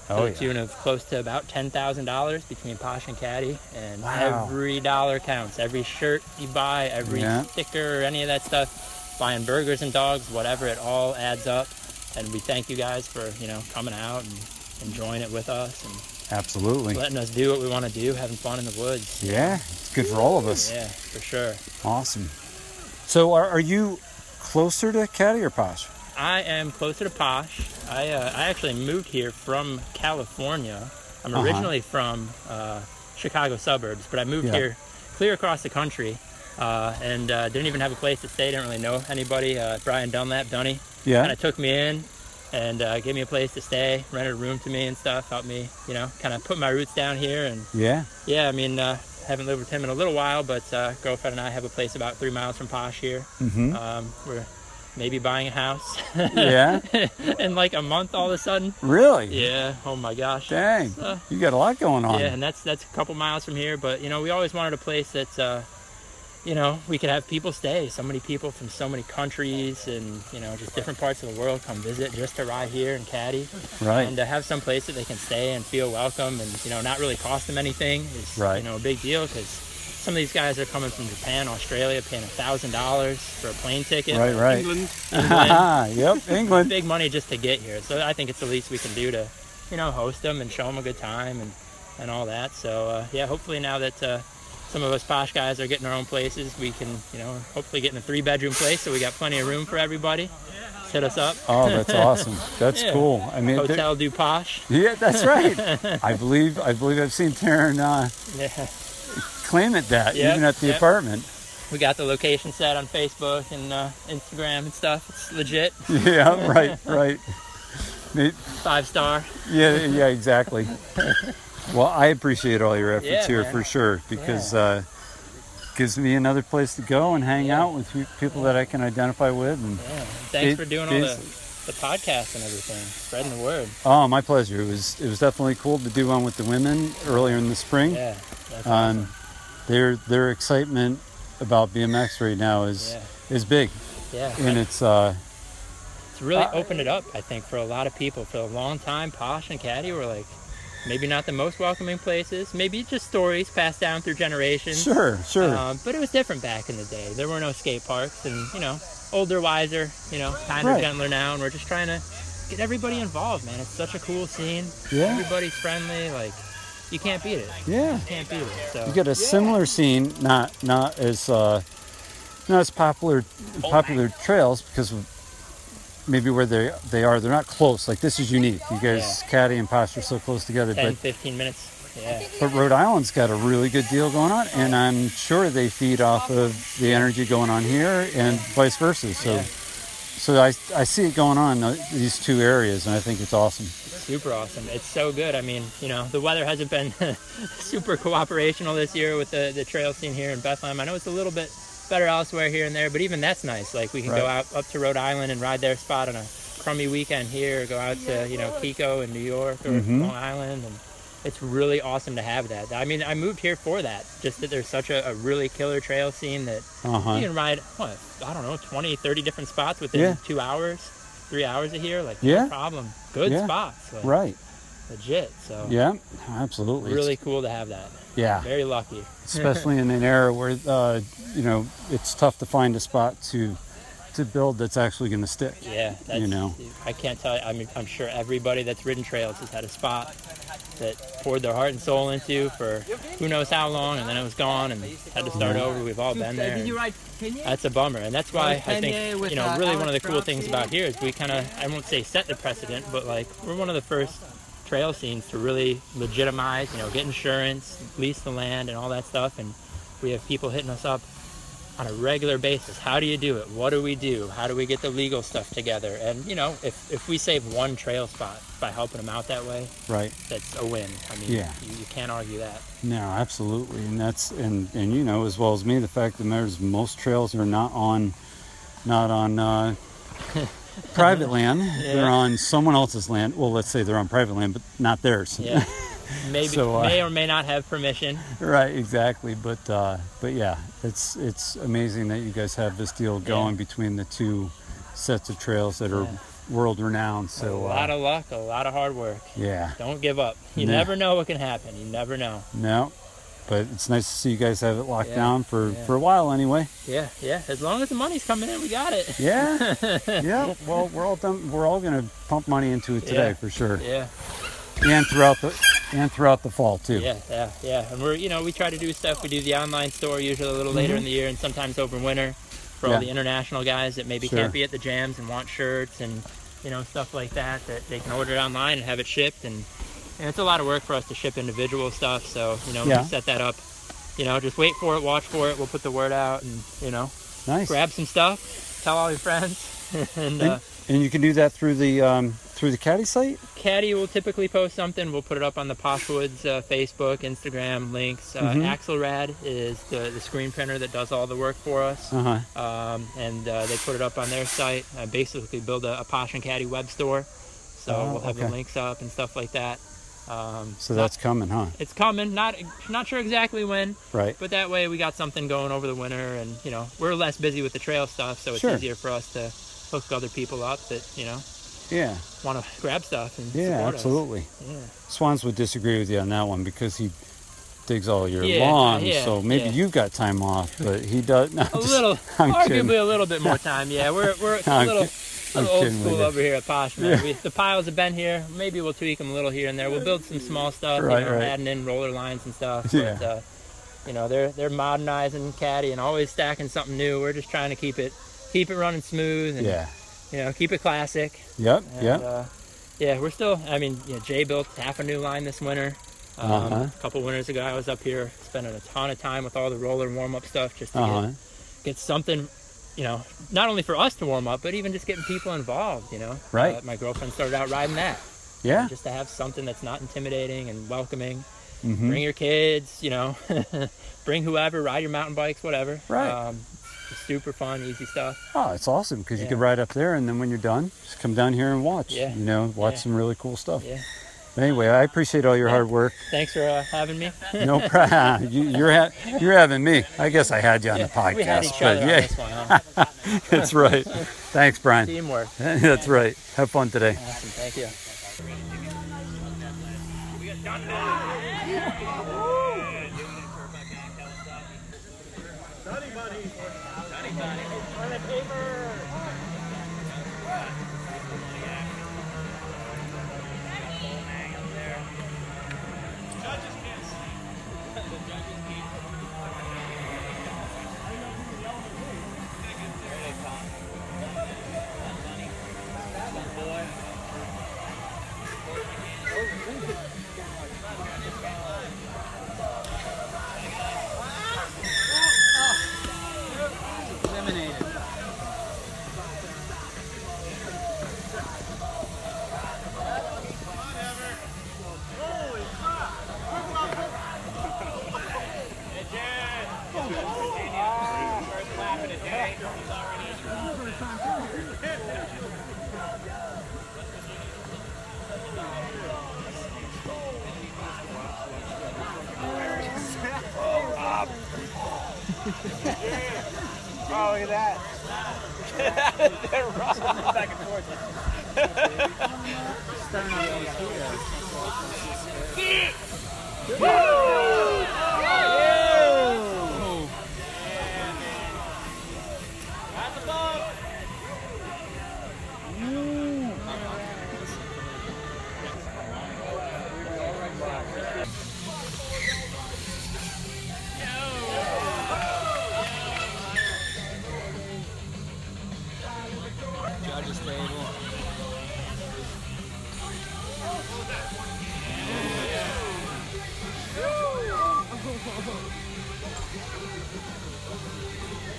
Oh, To the yeah. tune of close to about ten thousand dollars between Posh and Caddy, and Wow. every dollar counts. Every shirt you buy, every Yeah. sticker or any of that stuff, buying burgers and dogs, whatever, it all adds up. And we thank you guys for, you know, coming out and enjoying it with us and Absolutely. letting us do what we want to do, having fun in the woods. Yeah, it's good for all of us. Yeah, for sure. Awesome. So are, are you closer to Caddy or Posh? I am closer to Posh. I, uh, I actually moved here from California. I'm Uh-huh. originally from uh, Chicago suburbs, but I moved Yeah. here clear across the country uh, and uh, didn't even have a place to stay. Didn't really know anybody. Uh, Brian Dunlap, Dunny, Yeah. kind of took me in and uh, gave me a place to stay, rented a room to me and stuff, helped me, you know, kind of put my roots down here. And Yeah. yeah, I mean, uh, haven't lived with him in a little while, but uh, girlfriend and I have a place about three miles from Posh here. Mhm. Um, we're maybe buying a house. Yeah? [LAUGHS] in like a month, all of a sudden. Really? Yeah. Oh my gosh. Dang, Uh, you got a lot going on. yeah, and that's that's a couple miles from here. But you know, we always wanted a place that's, uh, you know, we could have people stay. So many people from so many countries and you know, just different parts of the world come visit just to ride here in Caddy. Right. And to have some place that they can stay and feel welcome and you know, not really cost them anything is Right. you know a big deal because Some of these guys are coming from Japan, Australia, paying thousand dollars for a plane ticket. Right, right. [LAUGHS] England, England. [LAUGHS] Yep, England. Big money just to get here. So I think it's the least we can do to, you know, host them and show them a good time and and all that. So uh, yeah, hopefully now that. Uh, some of us posh guys are getting our own places. We can, you know, hopefully get in a three-bedroom place, so we got plenty of room for everybody. Just hit us up. Oh, [LAUGHS] that's awesome. That's Yeah. cool. I mean, there- hotel du posh. Yeah, that's [LAUGHS] right. I believe I believe I've seen Taryn uh, yeah. claim it that Yep, even at the yep. apartment. [LAUGHS] We got the location set on Facebook and uh, Instagram and stuff. It's legit. [LAUGHS] Yeah, right, right. May- Five star. Yeah, yeah, exactly. well, I appreciate all your efforts Yeah, here man. for sure because uh, gives me another place to go and hang out with pe- people that I can identify with. And Yeah. Thanks it- for doing all the, it's- the podcast and everything, spreading the word. Oh, my pleasure. It was it was definitely cool to do one with the women earlier in the spring. Yeah, that's um, their their excitement about BMX right now is is big. Yeah. and it's uh, It's really opened it up, I think, for a lot of people. For a long time, Posh and Caddy were like maybe not the most welcoming places. Maybe just stories passed down through generations. Sure, sure. Um, but it was different back in the day. There were no skate parks, and you know, older, wiser, you know, kinder, Right. gentler now. And we're just trying to get everybody involved, man. It's such a cool scene. Yeah. Everybody's friendly. Like you can't beat it. Yeah. You can't beat it. So you get a similar scene, not not as uh, not as popular Oh, popular trails because of maybe where they they are they're not close. Like this is unique. You guys, Caddy and Posh are so close together, 10, but 15 minutes. Yeah. But Rhode Island's got a really good deal going on, and I'm sure they feed off of the energy going on here, and vice versa. So, Yeah. so I, I see it going on in these two areas, and I think it's awesome. super awesome. It's so good. I mean, you know, the weather hasn't been [LAUGHS] super cooperational this year with the, the trail scene here in Bethlehem. I know it's a little bit better elsewhere here and there, but even that's nice. Like we can go Right. out up to Rhode Island and ride their spot on a crummy weekend here, or go out to, you know, Kiko in New York or Mhm. Long Island and it's really awesome to have that. I mean, I moved here for that. Just that there's such a, a really killer trail scene that Uh-huh. you can ride, what, I don't know, 20, 30 different spots within Yeah. two hours, three hours of here. Like, Yeah. no problem. Good Yeah. spots. like, Right. legit. So Yeah, absolutely. really cool to have that. Yeah. very lucky. especially in an era where uh, you know it's tough to find a spot to to build that's actually going to stick. [LAUGHS] yeah, that's, you know. I can't tell. you. I mean, I'm sure everybody that's ridden trails has had a spot that poured their heart and soul into for who knows how long, and then it was gone, and had to start Yeah. over. We've all been there. Did you and ride Kenya? That's a bummer, and that's why Ride I Kenya think with, you know uh, really Alex one of the cool Brown things too? about here is we kind of I won't say set the precedent, but like we're one of the first trail scenes to really legitimize, you know, get insurance, lease the land, and all that stuff, and we have people hitting us up on a regular basis. How do you do it? What do we do? How do we get the legal stuff together? And you know, if if we save one trail spot by helping them out that way, Right. that's a win. I mean, Yeah. you, you can't argue that. No, absolutely, and that's and and you know as well as me the fact that there's most trails are not on, not on [LAUGHS] uh, private land. They're Yeah. on someone else's land. Well, let's say they're on private land, but not theirs. [LAUGHS] Yeah. Maybe So, uh, may or may not have permission. right, exactly. But uh, but yeah, it's it's amazing that you guys have this deal going between the two sets of trails that are Yeah. world renowned. So a uh, lot of luck, a lot of hard work. Yeah. Don't give up. You No. never know what can happen. You never know. no, but it's nice to see you guys have it locked Yeah, down for yeah. for a while anyway. Yeah, yeah. As long as the money's coming in, we got it. [LAUGHS] Yeah, yeah. Well, we're all done. We're all gonna pump money into it today Yeah. for sure, Yeah, and throughout the and throughout the fall too. yeah, yeah, yeah. And we're, you know, we try to do stuff. We do the online store usually a little later Mhm. in the year, and sometimes over winter for Yeah. all the international guys that maybe Sure. can't be at the jams and want shirts and you know stuff like that. That they can order it online and have it shipped. And, and it's a lot of work for us to ship individual stuff. So you know, Yeah. we set that up. You know, just wait for it, watch for it. We'll put the word out, and you know, Nice. grab some stuff, tell all your friends, [LAUGHS] and. Uh, And, and you can do that through the um, through the caddy site. Caddy will typically post something. We'll put it up on the Poshwoods uh, Facebook, Instagram links. Uh, Mhm. Axelrad is the, the screen printer that does all the work for us. Uh-huh. Um, and uh, they put it up on their site. I basically build a, a Posh and Caddy web store. So Oh, we'll have the okay. links up and stuff like that. Um, So not- that's coming, huh? It's coming. Not not sure exactly when. Right. But that way we got something going over the winter, and you know we're less busy with the trail stuff, so it's Sure. easier for us to hook other people up that you know Yeah. want to grab stuff and Yeah, support us. absolutely. Yeah. Swans would disagree with you on that one because he digs all year Yeah, long, yeah, so maybe yeah. you've got time off, but he does. [LAUGHS] No, A just- little, I'm arguably kidding. a little bit more time. Yeah, we're we're a [LAUGHS] I'm little, kid- I'm little old kidding with school you. over here at Posh. Man. Yeah. We, the piles have been here. Maybe we'll tweak them a little here and there. We'll build some small stuff, Right, you know, right. adding in roller lines and stuff. Yeah. But, uh, you know, they're they're modernizing caddy and always stacking something new. We're just trying to keep it keep it running smooth and Yeah. you know keep it classic. Yep, And, yep. Uh, yeah, we're still. I mean, you know, Jay built half a new line this winter. Um, Uh-huh. A couple winters ago, I was up here spending a ton of time with all the roller warm up stuff just to Uh-huh. get, get something, you know, not only for us to warm up, but even just getting people involved. You know, Uh, Right. my girlfriend started out riding that. you Yeah. know, just to have something that's not intimidating and welcoming. Mhm. Bring your kids. You know, [LAUGHS] bring whoever. Ride your mountain bikes, whatever. Right. Um, super fun, easy stuff. Oh, it's awesome because you can Yeah. ride up there, and then when you're done, just come down here and watch. Yeah. You know, watch Yeah. some really cool stuff. Yeah. But anyway, I appreciate all your hard work. Thanks for uh, having me. [LAUGHS] No problem. [LAUGHS] you, you're ha- you're having me. I guess I had you on the Yeah, podcast, we had each but other on yeah, this one, [LAUGHS] huh? that's [LAUGHS] right. Thanks, Brian. Teamwork. [LAUGHS] that's right. Have fun today. Awesome. Thank [LAUGHS] you. [LAUGHS] Oh, look at that. [LAUGHS] Get out of there, Rob. Back and [LAUGHS] Judges table.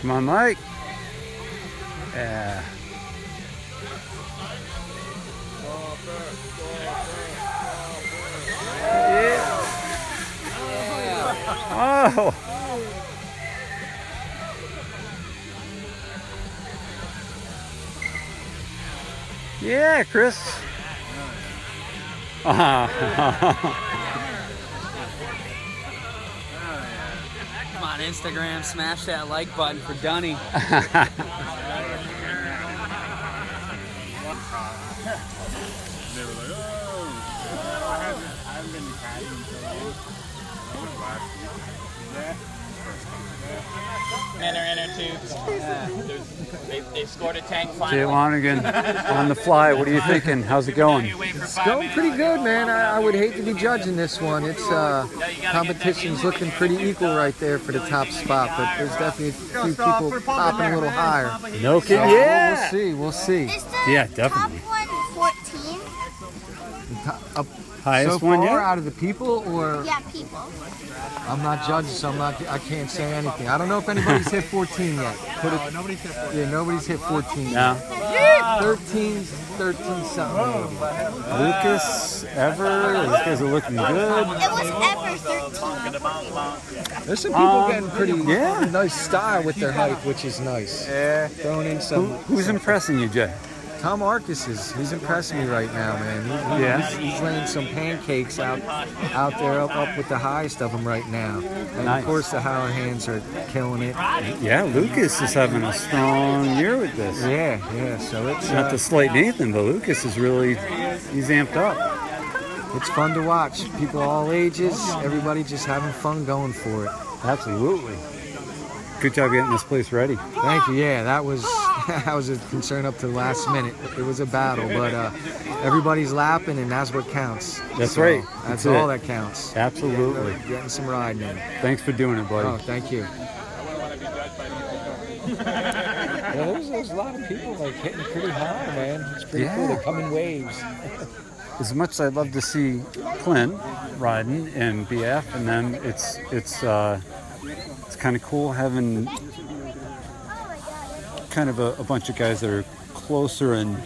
Come on, Mike. Yeah. Oh. Yeah, Chris. [LAUGHS] Come on, Instagram, smash that like button for Dunny. They were like, oh, I haven't, I haven't been to Caddy until I was last week. Yeah. Enter, enter tubes. There's- they, they scored a tank final. Jay Lonergan on the fly. What are you thinking? How's it going? It's going pretty good, man. I, I would hate to be judging this one. It's uh, competition's looking pretty equal right there for the top spot, but there's definitely a few people popping a little higher. No kidding. So Yeah. We'll see. We'll see. Yeah, definitely. One 14. The top- up- Highest so far one yet? out of the people, or Yeah, people. I'm not judging, so I'm not, I can't say anything. I don't know if anybody's hit 14 yet. Put it, nobody's hit 14. Yeah, nobody's hit 14. No. Yet. 13, 13 something. maybe. Lucas, Ever, these guys are looking good. It was ever 13. There's some people Um, getting pretty yeah. nice style with their height, which is nice. Yeah. Throwing in some. who's impressing you, Jay? Tom Arcus is. He's impressing me right now, man. He- he- Yeah. He's, he's laying some pancakes out out there up, up with the highest of them right now. And Nice. of course, the Howard hands are killing it. Yeah, Lucas is having a strong year with this. Yeah, yeah. So it's not uh, to slight Nathan, but Lucas is really he's amped up. it's fun to watch. People all ages, everybody just having fun going for it. Absolutely. Good job getting this place ready. Thank you. Yeah, that was [LAUGHS] that was a concern up to the last minute. It was a battle, but uh, everybody's lapping, and that's what counts. That's right. That's, That's it. all that counts. Absolutely. Getting, getting some riding in. Thanks for doing it, buddy. Oh, thank you. Yeah, there's, there's a lot of people like hitting pretty high, man. It's pretty Yeah. cool. They come in waves. as much as I'd love to see Clint riding in BF, and then it's it's uh, it's kind of cool having kind of a, a bunch of guys that are closer in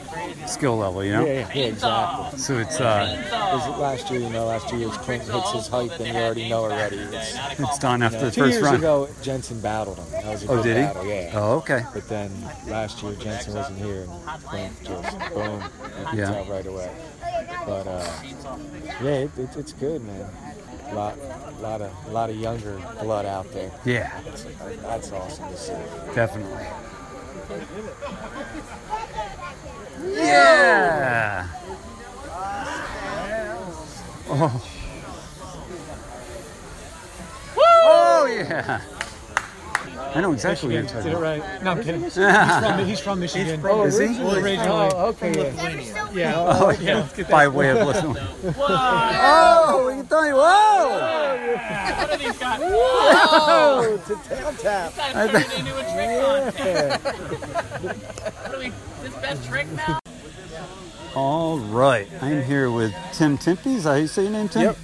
skill level, you know? Yeah, yeah, yeah, exactly. So it's uh, Is it last year, you know, last two years Clint hits his height, then you already know already. It's, It's done after the two first years run. ago, Jensen battled him. That was a Oh, good did he? battle, yeah. Oh, okay. But then last year, Jensen wasn't here, and Clint just boom, you could Yeah. tell right away. But uh, yeah, it, it, it's good, man. A lot, lot of, lot of younger blood out there. Yeah. that's, that's awesome to see. definitely. Yeah! Oh. Oh yeah. I know exactly what you're talking Did it about. right. No, I'm kidding. He's from, he's from Michigan. is he? Well, Originally. Oh, okay. From Lithuania. Yeah. Oh, yeah. let's get that. By way of [LAUGHS] Lithuania. Oh, we can tell you. Whoa! What have these got? Whoa! It's a tap tap. I I thought thi- they knew a trick contest. What are we, this best trick now? All right, I'm here with Tim Timpey. Is that how you say your name, Tim? Yep.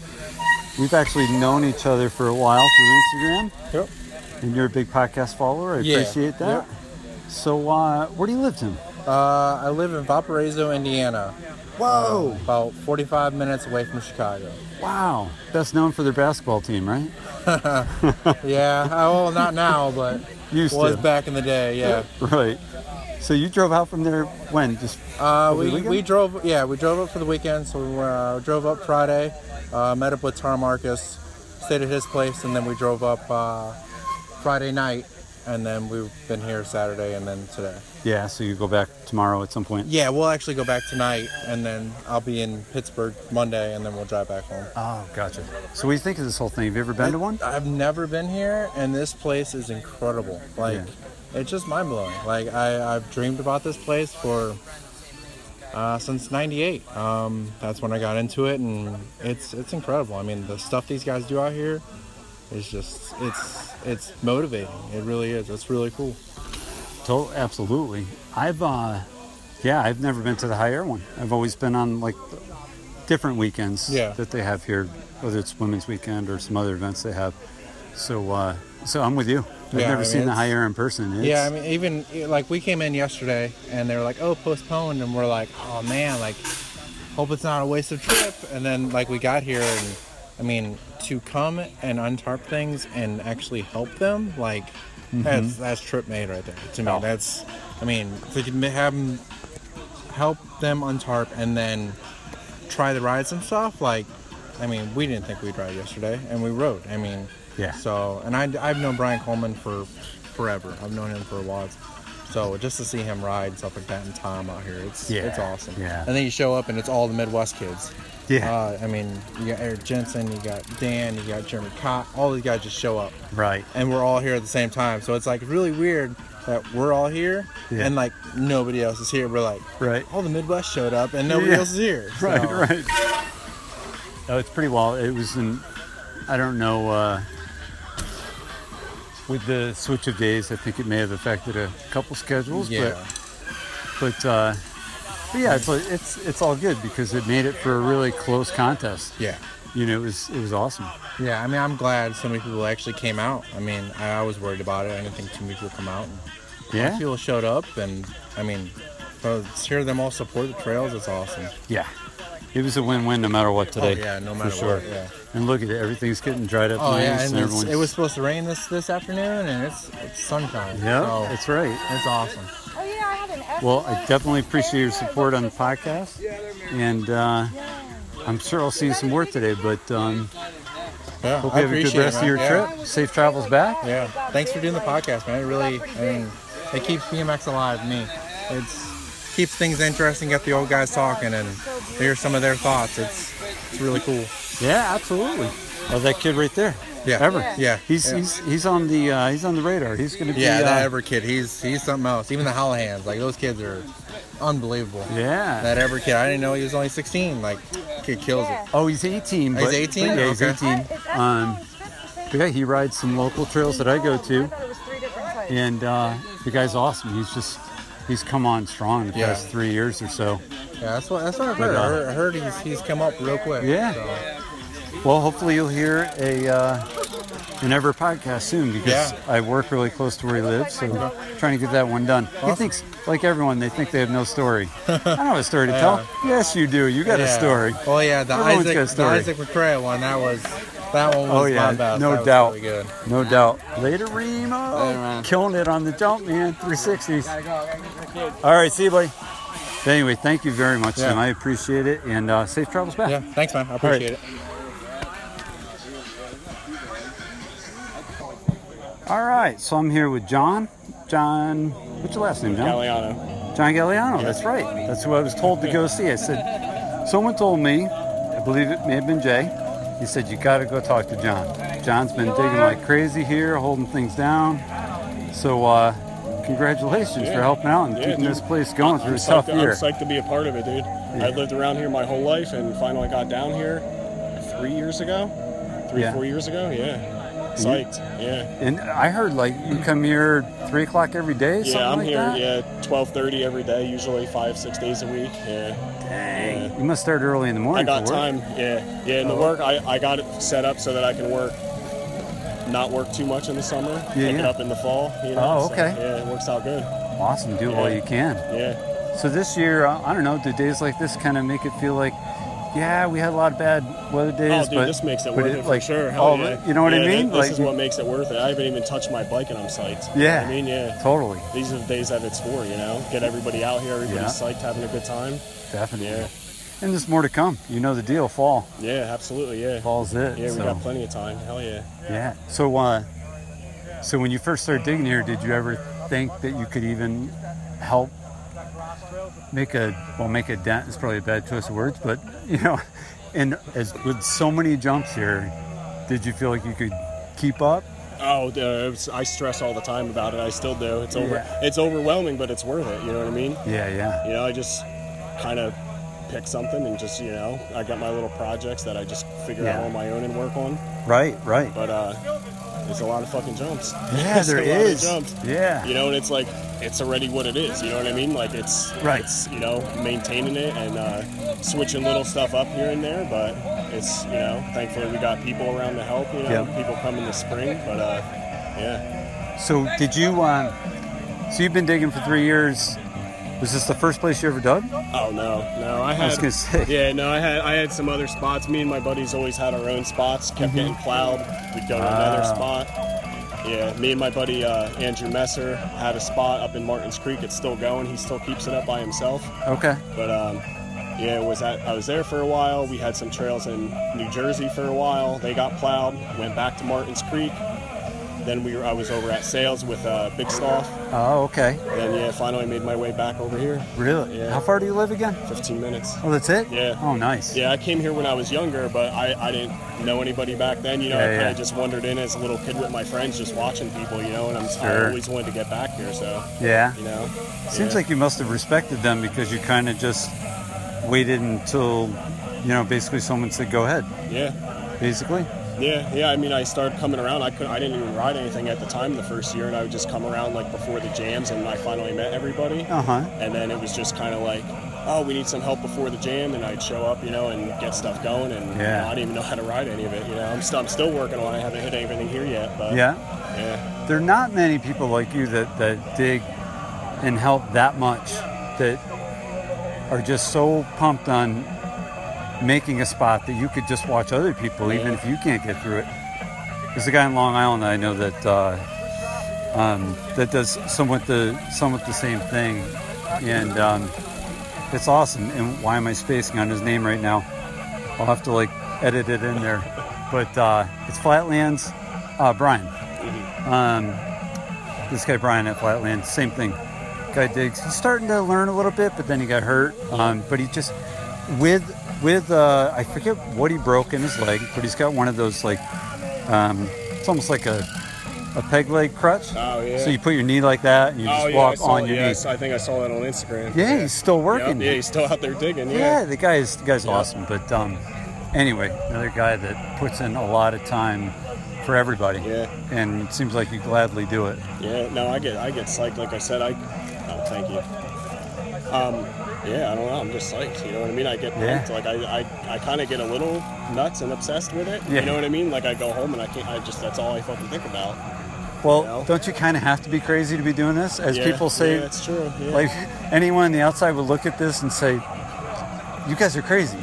We've actually known each other for a while through Instagram. Yep. And you're a big podcast follower. I Yeah, appreciate that. yep. So, uh, where do you live, Tim? Uh, I live in Valparaiso, Indiana. Uh, Whoa! about 45 minutes away from Chicago. Wow. Best known for their basketball team, right? [LAUGHS] [LAUGHS] yeah, oh, well, not now, but Used was to. back in the day. Yeah. Right. So you drove out from there when? Just Uh, over the we, weekend? we drove, yeah, we drove up for the weekend. So we uh, drove up Friday, uh, met up with Tom Marcus, stayed at his place, and then we drove up uh, Friday night, and then we've been here Saturday and then today. Yeah. So you go back tomorrow at some point. Yeah, we'll actually go back tonight, and then I'll be in Pittsburgh Monday, and then we'll drive back home. Oh, gotcha. So what do you think of this whole thing? Have you ever been to one? I've never been here, and this place is incredible. Like, it's just mind blowing. Like, I, I've dreamed about this place for uh, since '98. Um, that's when I got into it, and it's it's incredible. I mean, the stuff these guys do out here is just it's it's motivating. It really is. It's really cool. To- absolutely. I've, uh, yeah, I've never been to the high air one. I've always been on like th- different weekends Yeah. that they have here, whether it's Women's Weekend or some other events they have. So, uh, so I'm with you. I've Yeah, I never mean, seen the it's- high air in person. It's, Yeah, I mean, even like we came in yesterday and they were like, "Oh, postponed," and we're like, "Oh man, like, hope it's not a waste of trip." And then like we got here, and I mean, to come and untarp things and actually help them, like, Mm-hmm. Mhm. that's that's trip made right there to Oh. me. That's, I mean, to m- have 'em- help them untarp and then try the rides and stuff, like, I mean, we didn't think we'd ride yesterday, and we rode. I mean, yeah. So, and I, I've known Brian Coleman for forever. I've known him for a while. So just to see him ride and stuff like that and Tom out here, it's Yeah, it's awesome. yeah. And then you show up and it's all the Midwest kids. Yeah. Uh, I mean, you got Eric Jensen, you got Dan, you got Jeremy Cott. All these guys just show up. [LAUGHS] Right. And we're all here at the same time. So it's like really weird that we're all here Yeah. and like nobody else is here. We're like, right. All the Midwest showed up and nobody Yeah. else is [LAUGHS] here. Right, So- right. Oh, it's pretty wild. It was in, I don't know, uh, with the switch of days, I think it may have affected a couple schedules. Yeah. But, but, uh, but yeah, it's like, it's it's all good because it made it for a really close contest. Yeah. You know, it was it was awesome. Yeah, I mean, I'm glad so many people actually came out. I mean, I, I was worried about it. I didn't think too many people come out. And Yeah. a lot of people showed up, and I mean, to hear them all support the trails is awesome. Yeah. It was a win-win no matter what Oh, today. yeah, no for matter sure. what, yeah. And look at it, everything's getting dried up. Oh nice yeah, and and it's, everyone's- it was supposed to rain this this afternoon, and it's it's sunshine. Yeah, so that's right. It's awesome. Well, Oh, I definitely appreciate your support on the podcast, and uh, I'm sure I'll see you some more today. But um, Yeah, hope I you have a good appreciate it, rest of man. your Yeah. trip. Safe travels back. Yeah, thanks for doing the podcast, man. It really, I mean, it keeps BMX alive. Me, it's keeps things interesting. Got the old guys talking and hear some of their thoughts. It's It's really cool. Yeah, absolutely. Oh, that kid right there. Yeah. Ever. Yeah. Yeah. He's Yeah. he's he's on the uh, he's on the radar. He's going to be. Yeah, uh, that Ever kid, he's he's something else. Even the Hollahans, like those kids are unbelievable. Yeah. That Ever kid, I didn't know he was only 16. Like, kid kills it. Oh, he's 18. Oh, But, he's 18? Yeah, he's Okay. 18. Um, but yeah, he rides some local trails that I go to, and uh, the guy's awesome. He's just he's come on strong the Yeah. past three years or so. Yeah, that's what that's what I've But, heard. I uh, heard, I heard he's he's come up real quick. Yeah. Well, hopefully you'll hear a uh, an Ever podcast soon because Yeah. I work really close to where he lives, so I'm trying to get that one done. He Awesome. thinks, like everyone, they think they have no [LAUGHS] story. I don't have a story to tell. Yes, you do. You got a Yeah. story. Oh yeah, the Everyone's Isaac got a the story. Isaac McCray one. That was that one was Oh yeah, my best. no That was doubt, really good. no doubt. Later, Remo, killing it on the jump, man. 360s. All right, see you, buddy. But anyway, thank you very much, Yeah. Tim. I appreciate it, and uh, safe travels back. Yeah, thanks, man. I All right. appreciate it. All right, so I'm here with John. John, what's your last name, John? Galliano. John Galliano, that's right. That's who I was told to go see. I said, someone told me, I believe it may have been Jay, he said, you got to go talk to John. John's been digging like crazy here, holding things down. So, uh, congratulations Yeah. for helping out and Yeah, keeping dude. this place going I'm through a psyched tough to- year. I'm psyched to be a part of it, dude. Yeah. I've lived around here my whole life, and finally got down here three years ago, three Yeah. or four years ago. Yeah, psyched. Yeah, And I heard like you come here three o'clock every day. yeah. something I'm like here. That? Yeah, twelve thirty every day, usually five, six days a week. Yeah. Dang. You must start early in the morning. I got for work. Oh. time. Yeah, yeah. In the work, I, I got it set up so that I can work, not work too much in the summer. Yeah, pick it yeah. up in the fall. You know. Oh, so, okay. yeah, it works out good. Awesome. Do all Yeah. you can. Yeah. So this year, uh, I don't know. Do days like this kind of make it feel like, yeah, we had a lot of bad weather days, Oh, dude, but this makes it but worth it, for like, sure. Hell all yeah. the- You know what Yeah, I thi- mean? This, like, is what makes it worth it. I haven't even touched my bike and I'm psyched. You know Yeah. what I mean, yeah. Totally. These are the days that it's for, you know? Get everybody out here, everybody's Yeah. psyched, having a good time. Definitely. Yeah. And there's more to come. You know the deal. Fall. Yeah, absolutely, yeah. Fall's it. Yeah, we so. got plenty of time. Hell yeah. Yeah. So, uh, so when you first started digging here, did you ever think that you could even help make a well make a dent? It's probably a bad choice of words, but [LAUGHS] you know, and as with so many jumps here, did you feel like you could keep up? Oh, dude, it's- I stress all the time about it. I still do. It's over. Yeah. It's overwhelming, but it's worth it. You know what I mean? Yeah, yeah. You know, I just kind of pick something and just, you know, I got my little projects that I just figure Yeah. out on my own and work on. Right, right. But uh, there's a lot of fucking jumps. [LAUGHS] Yeah, There's there a lot of is. jumps. Yeah. You know, and it's like it's already what it is. You know what I mean? Like it's Right. It's you know maintaining it and uh, switching little stuff up here and there, but it's you know thankfully we got people around to help. You know, Yep. people come in the spring, but uh, yeah. So did you? Um, so you've been digging for three years. Was this the first place you ever dug? Oh no, no, I I had. was gonna say. [LAUGHS] Yeah, no, I had I had some other spots. Me and my buddies always had our own spots. Kept Mhm. getting plowed. We'd go to another Ah. spot. Yeah, me and my buddy uh, Andrew Messer had a spot up in Martins Creek. It's still going. He still keeps it up by himself. Okay. But um, yeah, it was at, I was there for a while. We had some trails in New Jersey for a while. They got plowed. Went back to Martins Creek. Then we were, I was over at Sales with uh, Big Stoff. Oh, okay. And then yeah, finally made my way back over here. Really? Yeah. How far do you live again? 15 minutes. Oh, that's it. Yeah. Oh, nice. Yeah, I came here when I was younger, but I, I didn't know anybody back then. You know, I Yeah, kind of yeah. just wandered in as a little kid with my friends, just watching people. You know, and I'm I Sure. always wanted to get back here. So Yeah. you know, Seems yeah. like you must have respected them because you kind of just waited until, you know, basically someone said, go ahead. yeah. Basically? Yeah, yeah. I mean, I started coming around. I could, I didn't even ride anything at the time the first year, and I would just come around like before the jams, and I finally met everybody. Uh huh. Uh-huh. And then it was just kind of like, oh, we need some help before the jam, and I'd show up, you know, and get stuff going, and you Yeah. know, I didn't even know how to ride any of it. You know, I'm, st- I'm still working on. it. I haven't hit anything here yet, but Yeah. yeah. There are not many people like you that, that dig and help that much that are just so pumped on making a spot that you could just watch other people, even if you can't get through it. There's a guy in Long Island I know that uh, um, that does somewhat the somewhat the same thing, and um, it's awesome. And why am I spacing on his name right now? I'll have to like edit it in there, but uh, it's Flatlands uh, Brian. Mm-hmm. Um, this guy Brian at Flatlands, same thing. Guy digs. He's starting to learn a little bit, but then he got hurt. Um, but he just with with uh, I forget what he broke in his leg, but he's got one of those like um, it's almost like a a peg leg crutch. Oh, yeah. So you put your knee like that, and you just oh, yeah, I walk saw, on your yeah, I knee. saw- I think I saw that on Instagram. Yeah, he's still working. Yep, yeah, he's still out there digging. Yeah, Yeah. the guy is the guy's awesome. But um, anyway, another guy that puts in a lot of time for everybody. Yeah. And it seems like you gladly do it. Yeah, no, I get I get psyched. Like I said, I oh, thank you. Um, yeah, I don't know. I'm just psyched. You know what I mean? I get Yeah. pumped. Like I, I, I kind of get a little nuts and obsessed with it. Yeah. You know what I mean? Like I go home and I can't. I just that's all I fucking think about. Well, don't you kind of have to be crazy to be doing this? As Yeah, people say, yeah, that's true, yeah. Like anyone on the outside would look at this and say, "You guys are crazy."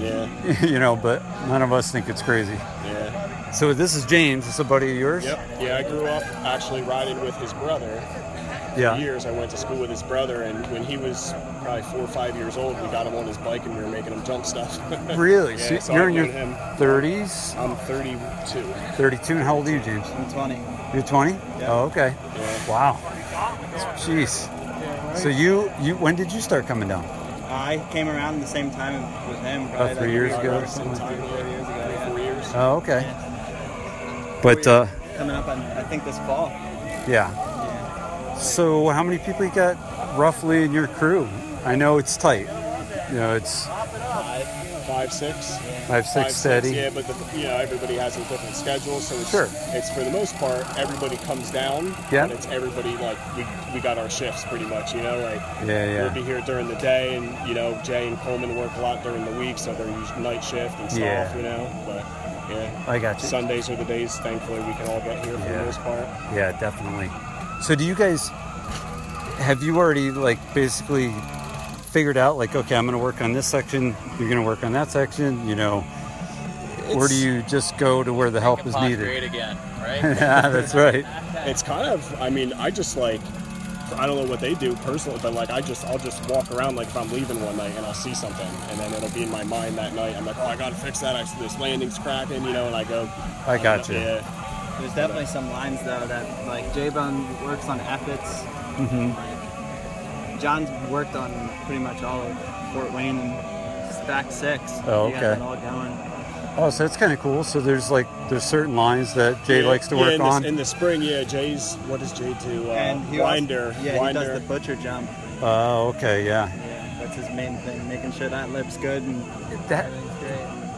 [LAUGHS] Yeah. you know, but none of us think it's crazy. Yeah. So this is James. It's a buddy of yours. Yep. Yeah, I grew up actually riding with his brother. For Yeah. Years I went to school with his brother, and when he was probably four or five years old, we got him on his bike and we were making him jump stuff. [LAUGHS] Really? yeah, so, so you're I in your learned him. 30s, I'm 32. 32, and how old are you, James? I'm 20. You're 20? Oh, okay. Wow. Jeez. So you you when did you start coming down? I came around the same time with him. About three years ago or something. Four years ago. yeah. Oh, okay. But uh, Coming up on, I think this fall. yeah. So how many people you got roughly in your crew? I know it's tight. You know it's Five, six. Five, six steady. yeah, but the, you know everybody has a different schedule, so it's Sure. it's for the most part everybody comes down. Yeah. but it's everybody like we, we got our shifts pretty much. You know, like Yeah, yeah. We'll be here during the day, and you know Jay and Coleman work a lot during the week, so they're usually night shift and stuff. Yeah. You know, but yeah, I got you. Sundays are the days. Thankfully, we can all get here for Yeah. the most part. yeah definitely. So do you guys have you already like basically figured out like okay I'm gonna work on this section, you're gonna work on that section, you know, or do It's- you just go to where the help is needed? [LAUGHS] yeah, [LAUGHS] that's right. It's kind of, I mean, I just like, I don't know what they do personally, but like, I just, I'll just walk around like if I'm leaving one night and I'll see something, and then it'll be in my mind that night. I'm like, oh, I gotta fix that. I, this landing's cracking, you know, and I go. I got you. Yeah. There's definitely some lines though that like J Bone works on efforts. Mhm. John's worked on pretty much all of Fort Wayne and Stack Six. Oh, He got that okay. all going. Oh, so that's kind of cool. So there's like there's certain lines that Jay Yeah, likes to yeah, work in on. The, in the spring, yeah, Jay's, what does Jay do? Uh, And he also- winder. yeah, he winder. does the butcher jump. Oh, okay, yeah. That's his main thing, making sure that lip's good and that.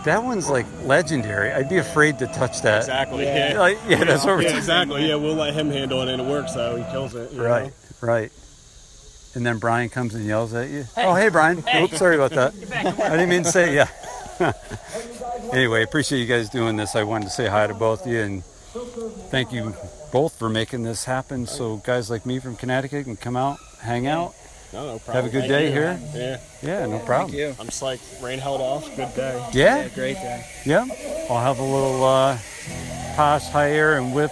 That one's like legendary. I'd be afraid to touch that. Exactly. Yeah. Like, yeah, that's what we're yeah, talking Exactly. Yeah, we'll let him handle it, and it works. So he kills it. you Right, know? right. And then Brian comes and yells at you. Oh, hey, Brian. Hey. Oops, sorry about that. Get back to I work. didn't mean to say yeah. [LAUGHS] anyway, appreciate you guys doing this. I wanted to say hi to both of you and thank you both for making this happen. So guys like me from Connecticut can come out, hang out. No, no problem. Have a good Thank day you. here. Yeah. Yeah, no problem. you. I'm psyched. Rain held off. Good day. Yeah? Yeah, great day. Yeah. I'll have a little uh, Posh High Air and Whip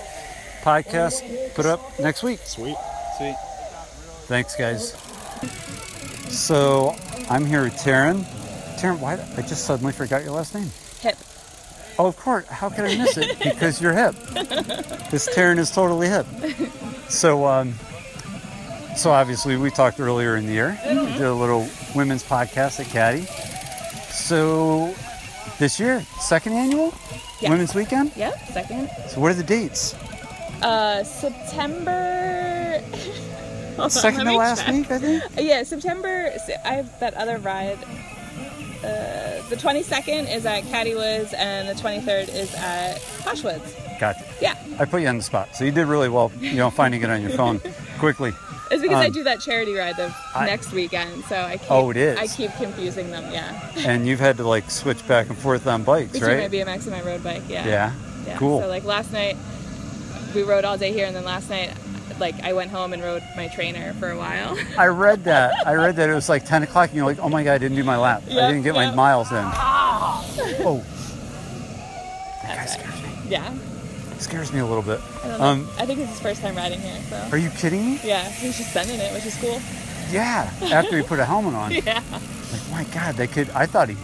podcast put up next week. Sweet. Sweet. Thanks, guys. So I'm here with Taryn. Taryn, why? I just suddenly forgot your last name. Hip. Oh, of course. How could I miss it? Because you're hip. This Taryn is totally hip. So, um, so obviously we talked earlier in the year. We did a little women's podcast at Caddy. So this year, second annual Yeah. Women's Weekend. Yeah, second. So what are the dates? Uh, September. [LAUGHS] Hold on, let Second to me Uh, last week, I think. Yeah, September. I have that other ride. Uh, the 22nd is at Caddy Woods, and the 23rd is at Posh Woods. Gotcha. Yeah. I put you on the spot. So you did really well, you know, finding it on your phone quickly. It's because I Um, do that charity ride the I- next weekend, so I keep, Oh, it is. I keep confusing them. Yeah. And you've had to like switch back and forth on [LAUGHS] bikes, Between right? my BMX and my road bike, yeah. Yeah? Yeah. Cool. So like last night we rode all day here and then last night like I went home and rode my trainer for a while. [LAUGHS] I read that. I read that it was like 10 o'clock, and you're like, oh my God, I didn't do my lap. I Yeah, didn't get yeah. my miles in. oh. Yeah. It scares me a little bit. I don't know. Um, I think it's his first time riding here, so are you kidding me? Yeah, he's just sending it, which is cool. Yeah. After he put a helmet [LAUGHS] on. yeah. Like, my God, that kid, I thought he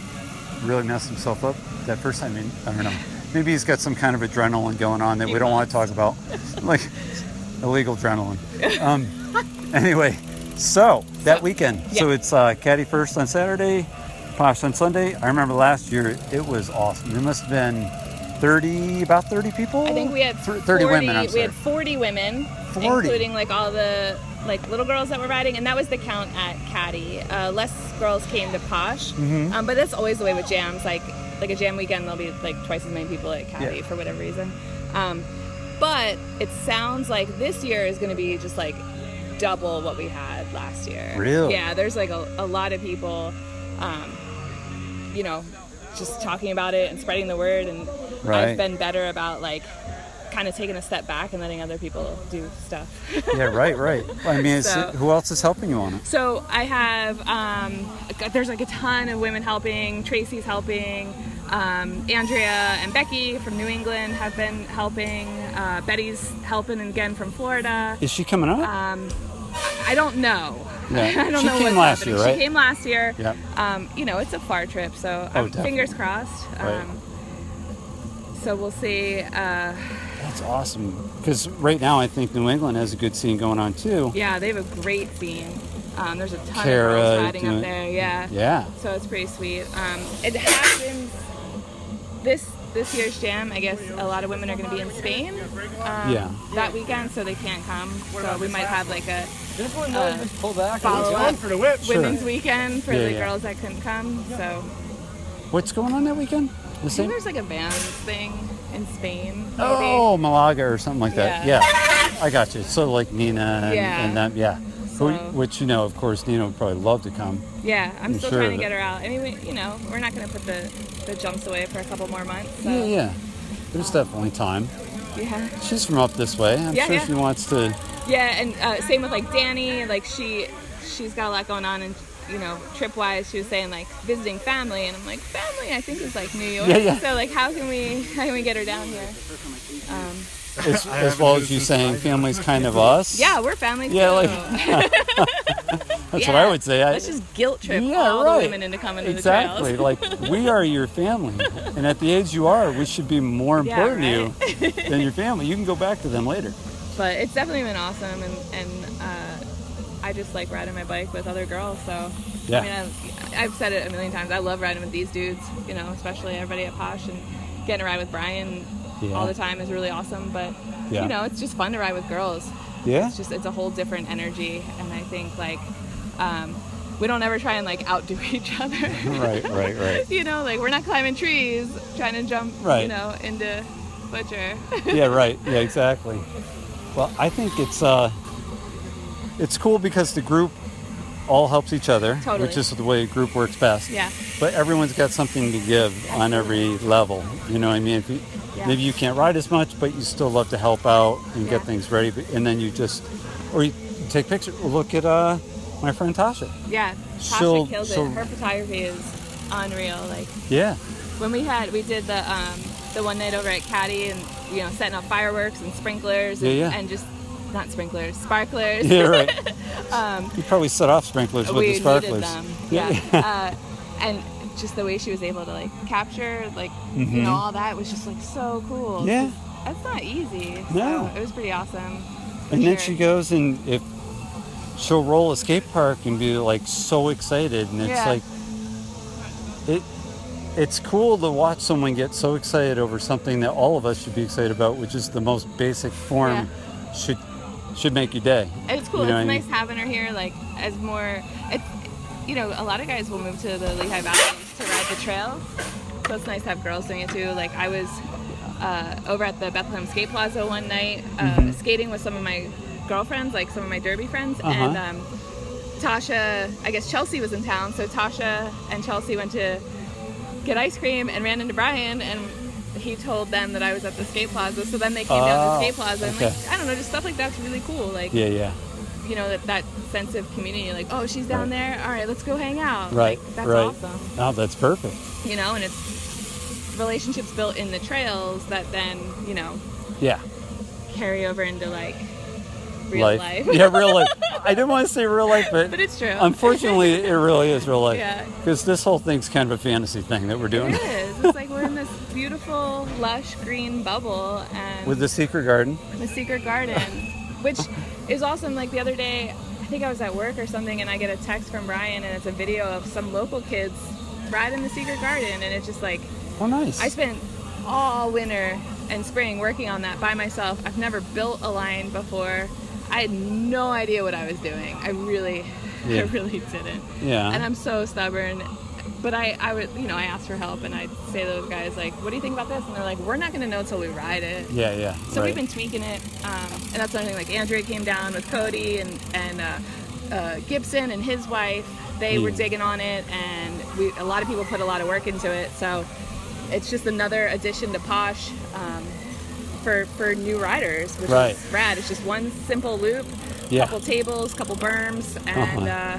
really messed himself up that first time. I, mean, I don't know. Maybe he's got some kind of adrenaline going on that we don't want to [LAUGHS] talk about, like illegal adrenaline. Um, anyway, so that weekend. So it's uh, Caddy First on Saturday, Posh on Sunday. I remember last year it was awesome. There must have been 30, about 30 people. I think we had 40, Thir- 30 women. I'm We sorry. had 40 women, 40. including like all the like little girls that were riding, and that was the count at Caddy. Uh, less girls came to Posh, Mhm. um, but that's always the way with jams. Like like a jam weekend, there'll be like twice as many people at Caddy Yeah. for whatever reason. Um, but it sounds like this year is going to be just like double what we had last year. Really? Yeah, there's like a, a lot of people, um, you know, just talking about it and spreading the word. And I've Right. been better about like kind of taking a step back and letting other people do stuff. yeah, right, right. Well, I mean, it's, [LAUGHS] So- who else is helping you on it? So I have, um, there's like a ton of women helping. Tracy's helping. Um, Andrea and Becky from New England have been helping. Uh, Betty's helping again from Florida. Is she coming up? Um, I- I don't know. Yeah. [LAUGHS] I don't She know came what's last happening. year, right? She came last year. Yeah. Um, you know, it's a far trip, so Oh, um, fingers definitely. crossed. Um, Right. So we'll see. Uh, That's awesome. Because right now, I think New England has a good scene going on too. yeah, they have a great scene. Um, there's a ton Kara, of girls riding doing- up there. Yeah. Yeah. So it's pretty sweet. Um, it happens this this year's jam. I guess a lot of women are going to be in Spain. Um, Yeah. That weekend, so they can't come. So we might have like a. This one might just pull back. Follow It's up on for the whip. Sure. Women's weekend for Yeah, the yeah. girls that couldn't come. So What's going on that weekend? The I think same? there's like a band thing in Spain. maybe. Oh, Malaga or something like that. Yeah. Yeah. I got you. So like Nina and, Yeah. and them. Yeah. So- Who, which you know, of course, Nina would probably love to come. Yeah, I'm, I'm still sure trying of to it. get her out. I mean, we, you know, we're not gonna put the the jumps away for a couple more months. So. Yeah, yeah. There's definitely time. Yeah. She's from up this way. I'm Yeah, sure yeah. she wants to. Yeah, and uh, same with like Danny. Like she, she's got a lot going on, and you know, trip wise, she was saying like visiting family, and I'm like, family, I think is like New York. Yeah, yeah. So like, how can we how can we get her down here? Um, As, as well as you saying, family's kind of us. yeah, we're family. Yeah, too. like [LAUGHS] that's what I would say. I, Let's just guilt trip Yeah, all right. the women into coming exactly. to the trails. like we are your family, and at the age you are, we should be more Yeah, important [LAUGHS] to you than your family. You can go back to them later. but it's definitely been awesome and and uh, I just like riding my bike with other girls so Yeah. I mean I, I've said it a million times I love riding with these dudes you know especially everybody at Posh and getting to ride with Brian Yeah. all the time is really awesome but Yeah. you know it's just fun to ride with girls Yeah. it's just it's a whole different energy and I think like um, we don't ever try and like outdo [LAUGHS] each other [LAUGHS] right, right, right. you know like we're not climbing trees trying to jump Right. you know into butcher yeah, right. Yeah, exactly. Well, I think it's uh, it's cool because the group all helps each other, Totally. which is the way a group works best. Yeah. But everyone's got something to give on every level. You know what I mean? If you, Yeah. Maybe you can't ride as much, but you still love to help out and get things ready. but- And then you just, or you take pictures. Look at uh, my friend Tasha. Yeah, Tasha She'll- kills she'll- it. Her photography is unreal. Like Yeah. when we had, we did the um, the one night over at Caddy, and you know, setting up fireworks and sprinklers, and, Yeah, yeah. and just not sprinklers, sparklers. Yeah, right. [LAUGHS] um, You probably set off sprinklers with we the sparklers. needed [LAUGHS] them. Yeah, uh, and just the way she was able to like capture, like you Mhm. know, all that was just like so cool. It's Yeah. just- that's not easy. So No. it was pretty awesome. And then she goes and if she'll roll a skate park and be like so excited, and it's Yeah. like it. It's cool to watch someone get so excited over something that all of us should be excited about, which is the most basic form should should make your day. And It's cool. You know it's what I nice mean? having her here, like as more. It, you know, a lot of guys will move to the Lehigh Valley to ride the trails, so it's nice to have girls doing it too. Like I was uh, over at the Bethlehem Skate Plaza one night, uh, Mm-hmm. Mhm. skating with some of my girlfriends, like some of my derby friends, Uh-huh. and um, Tasha. I guess Chelsea was in town, so Tasha and Chelsea went to get ice cream and ran into Brian and. He told them that I was at the skate plaza, so then they came down to Oh, the skate plaza and okay. like I don't know, just stuff like that's really cool. Like Yeah, yeah. you know that that sense of community like oh she's down there all right let's go hang out Right, like, that's right. awesome Oh, that's perfect. you know and it's relationships built in the trails that then you know Yeah. carry over into like real life. life, yeah, real life. I didn't want to say real life, [LAUGHS] but, But it's true. Unfortunately, it really is real [LAUGHS] life. Yeah. Because this whole thing's kind of a fantasy thing that we're [LAUGHS] [LAUGHS] doing it is it's like we're in this beautiful lush green bubble and with the secret garden. the secret garden which is awesome like the other day i think i was at work or something and i get a text from brian and it's a video of some local kids ride in the Secret Garden, and it's just like, Oh, nice. I spent all winter and spring working on that by myself. I've never built a line before. I had no idea what I was doing. I really, [LAUGHS] Yeah. I really didn't. Yeah. And I'm so stubborn. But I, I would, you know, I asked for help and I'd say to those guys, like, what do you think about this? And they're like, we're not going to know until we ride it. Yeah, yeah. So right. we've been tweaking it, um, and that's something like Andrea came down with Cody and and uh, uh, Gibson and his wife. They were Hmm. Mm. digging on it, and we a lot of people put a lot of work into it. So it's just another addition to Posh um, for for new riders, which Right. is rad. It's just one simple loop, Yeah. Uh-huh. couple tables, couple berms, and uh,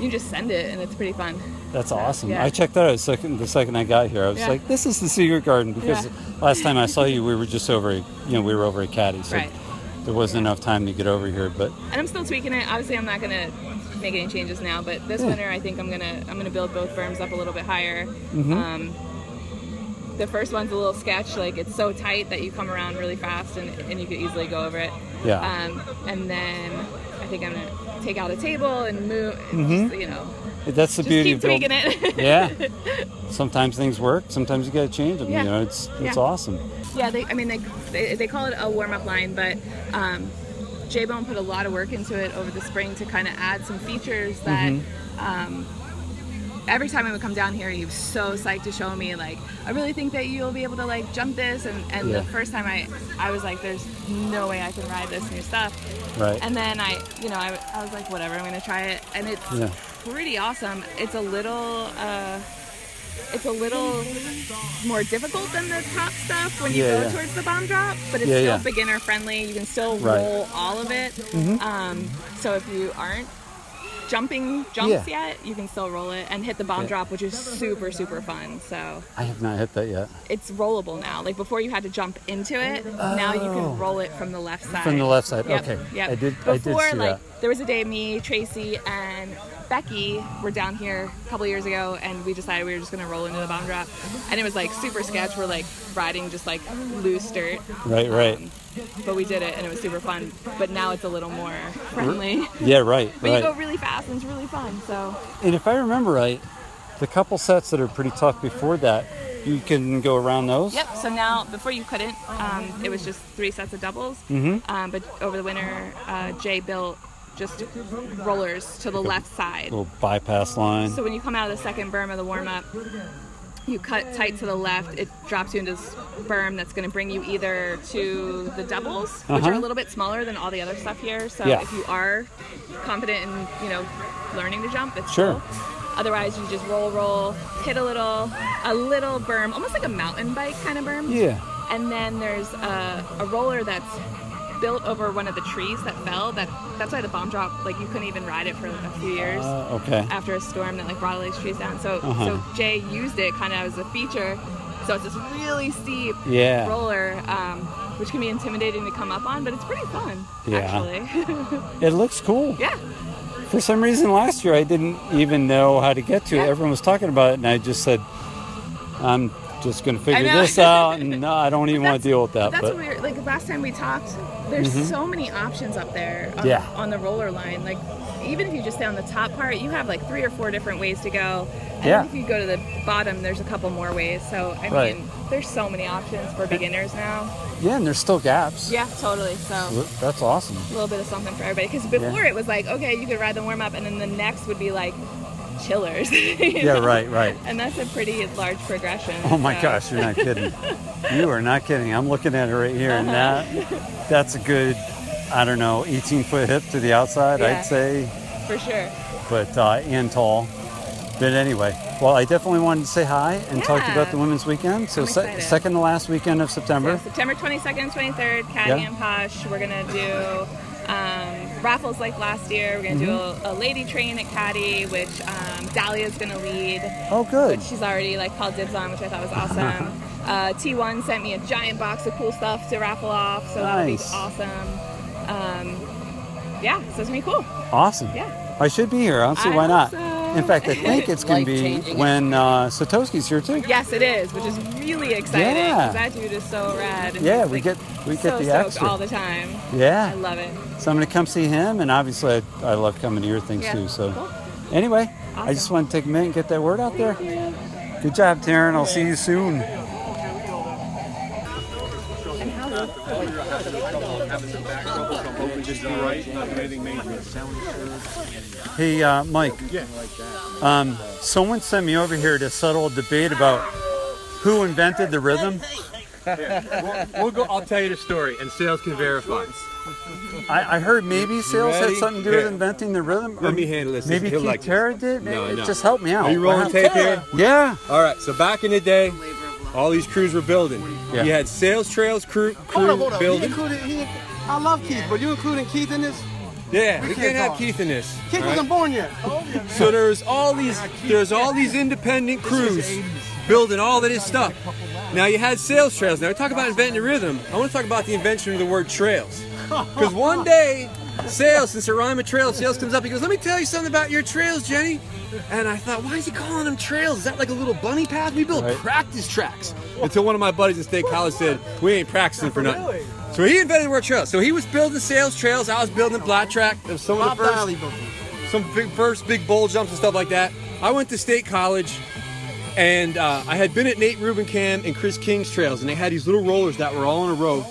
you just send it, and it's pretty fun. That's awesome. yeah. I checked that out second, the second I got here. I was Yeah. like, this is the Secret Garden because Yeah. last time I saw you, we were just over, a, you know, we were over at Caddy. So Right. there wasn't enough time to get over here. But and I'm still tweaking it. Obviously, I'm not gonna make any changes now, but this Yeah. winter I think I'm gonna I'm gonna build both berms up a little bit higher. Mhm. Um, the first one's a little sketch, like it's so tight that you come around really fast and, and you could easily go over it. Yeah. Um, and then I think I'm gonna take out a table and move. Mhm. Just, you know. that's the just beauty keep of build- tweaking it. [LAUGHS] yeah. Sometimes things work. Sometimes you got to change them. Yeah. You know, it's it's Yeah. awesome. Yeah, they, I mean, they, they, they call it a warm up line, but um, J Bone put a lot of work into it over the spring to kind of add some features that. Mhm. Um, Every time I would come down here, he was so psyched to show me. Like, I really think that you'll be able to like jump this. And, and Yeah. the first time I, I was like, there's no way I can ride this new stuff. Right. And then I, you know, I, I was like, whatever, I'm gonna try it. And it's Yeah. pretty awesome. It's a little, uh, it's a little more difficult than the top stuff when you Yeah, go yeah. towards the bomb drop, but it's Yeah, still yeah. beginner friendly. You can still Right. roll all of it. Mhm. Um, so if you aren't jumping jumps Yeah. yet, you can still roll it and hit the bomb Yeah. drop, which is super super fun. So I have not hit that yet. it's rollable now. Like before, you had to jump into it. Now you Oh. can roll it from the left side. From the left side, Yep, okay. Yep. I did- I did Before, see like, there was a day me, Tracy, and Becky were down here a couple years ago, and we decided we were just gonna roll into the bomb drop, and it was like super sketch. We're like riding just like loose dirt, Right, right. but we did it, and it was super fun. But now it's a little more friendly. [LAUGHS] Yeah, right, [LAUGHS] but right. you go really fast, and it's really fun. So And if I remember right, the couple sets that are pretty tough before that, you can go around those. Yep. So now, before you couldn't, um, it was just three sets of doubles. Mhm. Um, but over the winter, uh, Jay built just rollers to the Like a left side. Little bypass line. So when you come out of the second berm of the warm up, you cut tight to the left. It drops you into this berm that's going to bring you either to the doubles, which Uh-huh. are a little bit smaller than all the other stuff here. So Yeah. if you are confident in you know learning to jump, it's Sure. cool. Otherwise, you just roll, roll, hit a little, a little berm, almost like a mountain bike kind of berm. Yeah. And then there's a, a roller that's built over one of the trees that fell. That that's why the bomb drop, like you couldn't even ride it for a few years. Ah, okay. After a storm that like brought all these trees down. So Uh-huh. so Jay used it kind of as a feature. So it's this really steep Yeah. roller, um, which can be intimidating to come up on, but it's pretty fun Yeah. actually. [LAUGHS] It looks cool. yeah. For some reason, last year I didn't even know how to get to it. Everyone was talking about it, and I just said, "I'm just going to figure know. this out," and no, I don't even want to deal with that. That's But what we were like last time we talked. There's Mhm. so many options up there on, Yeah. on the roller line. Like even if you just stay on the top part, you have like three or four different ways to go. And Yeah. then if you go to the bottom, there's a couple more ways. So I Right. mean, there's so many options for beginners now. yeah, and there's still gaps. Yeah, totally. So That's awesome. a little bit of something for everybody. Because before it was like, okay, you could ride the warm up, and then the next would be like chillers. [LAUGHS] Yeah, right, right. And that's a pretty large progression. Oh my so. gosh, you're not kidding. you are not kidding. I'm looking at it right here, and Uh-huh. that that's a good, I don't know, 18 foot hip to the outside, Yeah. I'd say, For sure. but uh, and tall. But anyway, well, I definitely wanted to say hi and talk to you about the women's weekend. So I'm se- excited. second to last weekend of September. September 22nd, 23rd, Caddy Yeah. and Posh. We're gonna do um, raffles like last year. We're gonna Mm-hmm. do a, a lady train at Caddy, which um, Dahlia's gonna lead. Oh, good. Which she's already like called dibs on, which I thought was [LAUGHS] awesome. uh, T1 sent me a giant box of cool stuff to raffle off, so Nice. that'll be awesome. Um, yeah, so it's gonna be cool. Awesome. Yeah. I should be here. I don't see I why not. hope so. In fact, I think it's going to be Life-changing when uh, Satoski's here too. Yes, it is, which is really exciting. Yeah. 'cause That dude is so rad. and Yeah, he's, we get we so get the stoked extra. all the time. Yeah. I love it. So I'm going to come see him, and obviously I, I love coming to your things Yeah. too. So Cool. anyway, I just want to take a minute and get that word out there. Good job, Taryn. I'll see you soon. Hey, uh, Mike. Um, someone sent me over here to settle a debate about who invented the rhythm. we'll, we'll go. I'll tell you the story, and sales can verify. I, I heard maybe sales had Ready? something to do with Yeah. inventing the rhythm. Let me handle this. Maybe He'll Keith like this. Terra did. No, Maybe- no. Just help me out. Are you rolling Wow. tape here? Yeah. All right. So back in the day, all these crews were building. Yeah. You had sales trails crew, crew Hold on, hold on. He building. included, he, I love Keith, but you including Keith in this? Yeah, We we, can't can't have talk. Keith in this. Keith all wasn't right? born yet. Oh. So there's all these there's all these independent crews building all of this stuff. Now you had sales trails. Now we talk about inventing the rhythm. I want to talk about the invention of the word trails. Because one day, sales, since the rhyme of trails, sales comes up. He goes, "Let me tell you something about your trails, Jenny." And I thought, why is he calling them trails? Is that like a little bunny path? We build practice tracks. Until one of my buddies in state college said, "We ain't practicing for nothing." So he invented the word trails. So he was building sales trails. I was building flat track. It was some of the Bob first Dylan built it. some big first big bowl jumps and stuff like that. I went to state college, and uh, I had been at Nate Rubencam and Chris King's trails, and they had these little rollers that were all in a row.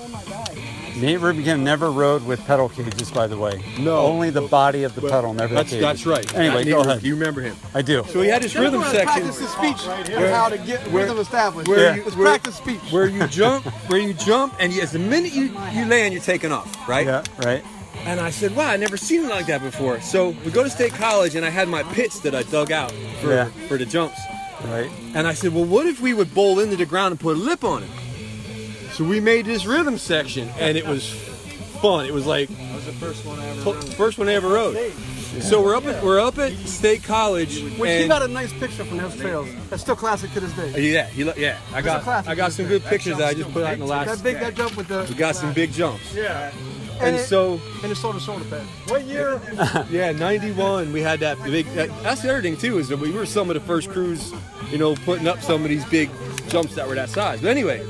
Nate Rubenkamp never rode with pedal cages, by the way. No. Only the body of the Well, pedal, never that's- the that's cages. right. Anyway, Nate go Rubin- ahead. you remember him. I do. So he had his rhythm section. Practice the speech Where- of how to get where- rhythm established. where Yeah. you- It's where- practice speech. where you jump, where you jump, and as the minute you, you land, you're taking off, right? Yeah, right. And I said, wow, I never seen it like that before. So we go to state college, and I had my pits that I dug out for, Yeah. for the jumps. Right. And I said, well, what if we would bowl into the ground and put a lip on it? So we made this rhythm section, and it was fun. It was like That was the first one I ever t- first one I ever rode. So we're up at we're up at state college. Which he and- got a nice picture from those trails. That's still classic to this day. yeah, he, lo- yeah. I It's a got classic I got to some this good day. pictures that I just put out in the last. That big that jump with the We got some big jumps. yeah, And so- and the shoulder shoulder pad. What year? [LAUGHS] yeah, '91. We had that big. That, that's the other thing too is that we were some of the first crews, you know, putting up some of these big jumps that were that size. But anyway,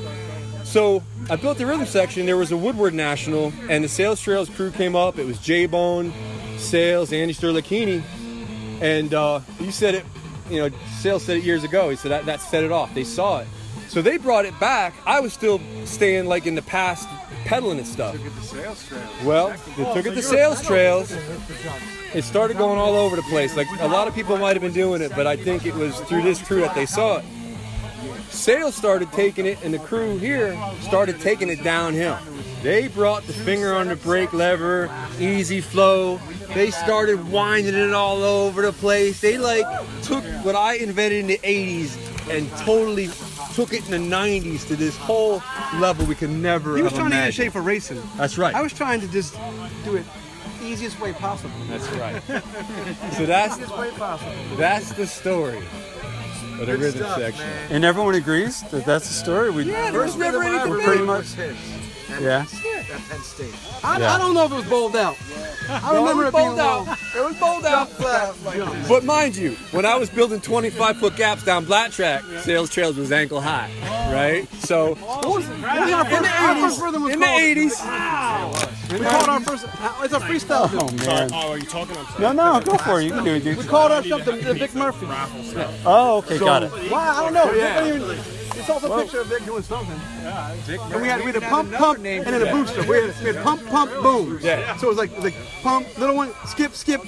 so I built the rhythm section. There was a Woodward National, and the Sales Trails crew came up. It was J Bone, Sales, Andy Sterlachini, and uh, you said it. You know, Sales said it years ago. He said that, that set it off. They saw it, so they brought it back. I was still staying like in the past, peddling and stuff. The sales trail. Well, they took it to sales trails. It started going all over the place. Like a lot of people might have been doing it, but I think it was through this crew that they saw it. Sales started taking it, and the crew here started taking it downhill. They brought the finger on the brake lever, easy flow. They started winding it all over the place. They like took what I invented in the 80s and totally took it in the 90s to this whole level we could never. He was have trying to get in imagined. shape for racing. That's right. I was trying to just do it the easiest way possible. That's [LAUGHS] right. So that's- easiest way possible. That's the story of the Good rhythm stuff, section. And everyone agrees that that's the story. We Yeah, first first never never we ending we're debate. pretty much. his. Yeah. At Penn State. I, Yeah. I don't know if it was bowled out. I No, it remember was it being bowled out. It was bowled out. uh, But mind you, when I was building 25 foot gaps down Black Track, Sales Trails was ankle high, Oh. right? So our first, our first rhythm was in the called- 80s, We called our first. uh, It's a freestyle. Oh, rhythm. man. Sorry. Oh, are you talking? I'm No, no, go for it. You can do it. dude. We called our stuff the, the Vic Murphy. Oh, okay, So- got it. Why? I don't know. Oh, yeah. They don't even- It's also a picture of Vic doing something. And we had we had a Murphy. pump, pump, and then a Yeah. booster. We had, we had pump, pump, boom. Yeah. So it was like the pump, little one, skip, skip,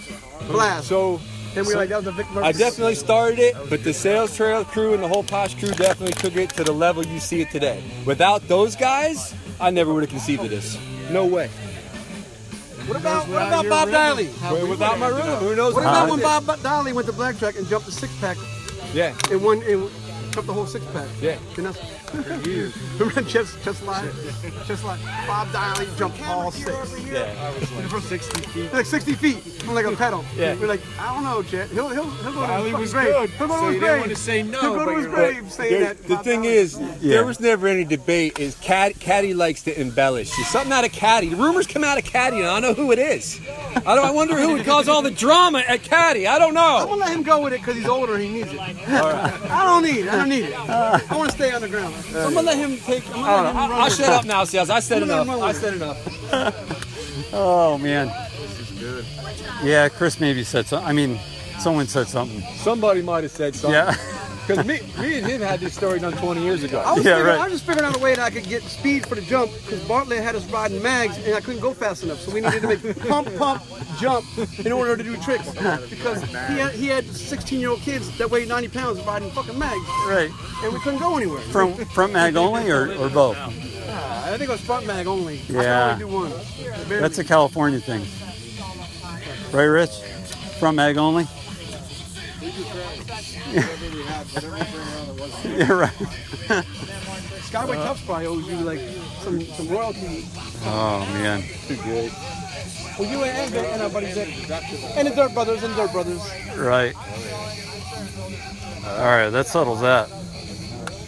blast. So then we were like that was a Vic Murphy. I definitely started it, but the Sales Trail crew and the whole Posh crew definitely took it to the level you see it today. Without those guys, I never would have conceived of this. No way. What about what without about your Bob rhythm. Diley? How we without my rhythm, who knows What what about I when did. Bob Diley went to Black Track and jumped the six pack Yeah. and won and jumped the whole six pack? Yeah. And that's [LAUGHS] Remember Chess Chess Live? Chess Live. Bob Diley jumped all six. Yeah. From 60 feet. [LAUGHS] Like 60 feet from like a pedal. Yeah. We're like, I don't know, Chet. He'll, he'll, he'll go to his Diley fucking was grave. good, He'll go so to you his didn't grave. want to say no, He'll go but to his you're right. grave saying There- that. the Bob thing Dylan- is, Yeah. there was never any debate. Is Cad, Caddy likes to embellish? There's something out of Caddy. The rumors come out of Caddy, and I don't know who it is. I don't. I wonder who would cause all the drama at Caddy. I don't I'm know. gonna let him go with it because he's older. He needs it. I don't need it. I don't need it. I want to stay on the ground. So I'm gonna let him take. I'm I don't gonna know. let him I, run I'll with shut it. up now, Sales. I said I'm gonna let enough. him run I with it. said enough. Oh man. Oh, This is good. Yeah, Chris maybe said something. I mean, Someone said something. Somebody might have said something. Yeah. [LAUGHS] Because me, me and him had this story done 20 years ago. I was, figuring, I was just figuring out a way that I could get speed for the jump because Bartlett had us riding mags and I couldn't go fast enough. So we needed to make [LAUGHS] pump, pump, jump in order to do tricks because he had, he had 16 year old kids that weighed 90 pounds riding fucking mags. Right. And we couldn't go anywhere. Front front [LAUGHS] mag only or, or both? Ah, I think it was front mag only. I could Yeah. only do one. Barely. That's a California thing. Right, Rich? Front mag only? [LAUGHS] Yeah, right. [LAUGHS] Skyway Tufts probably owes you like some, some royalty. Oh, man. Too good. Well, you and, and our buddy Dick. And the Dirt Brothers and Dirt Brothers. Right. All right, that settles that.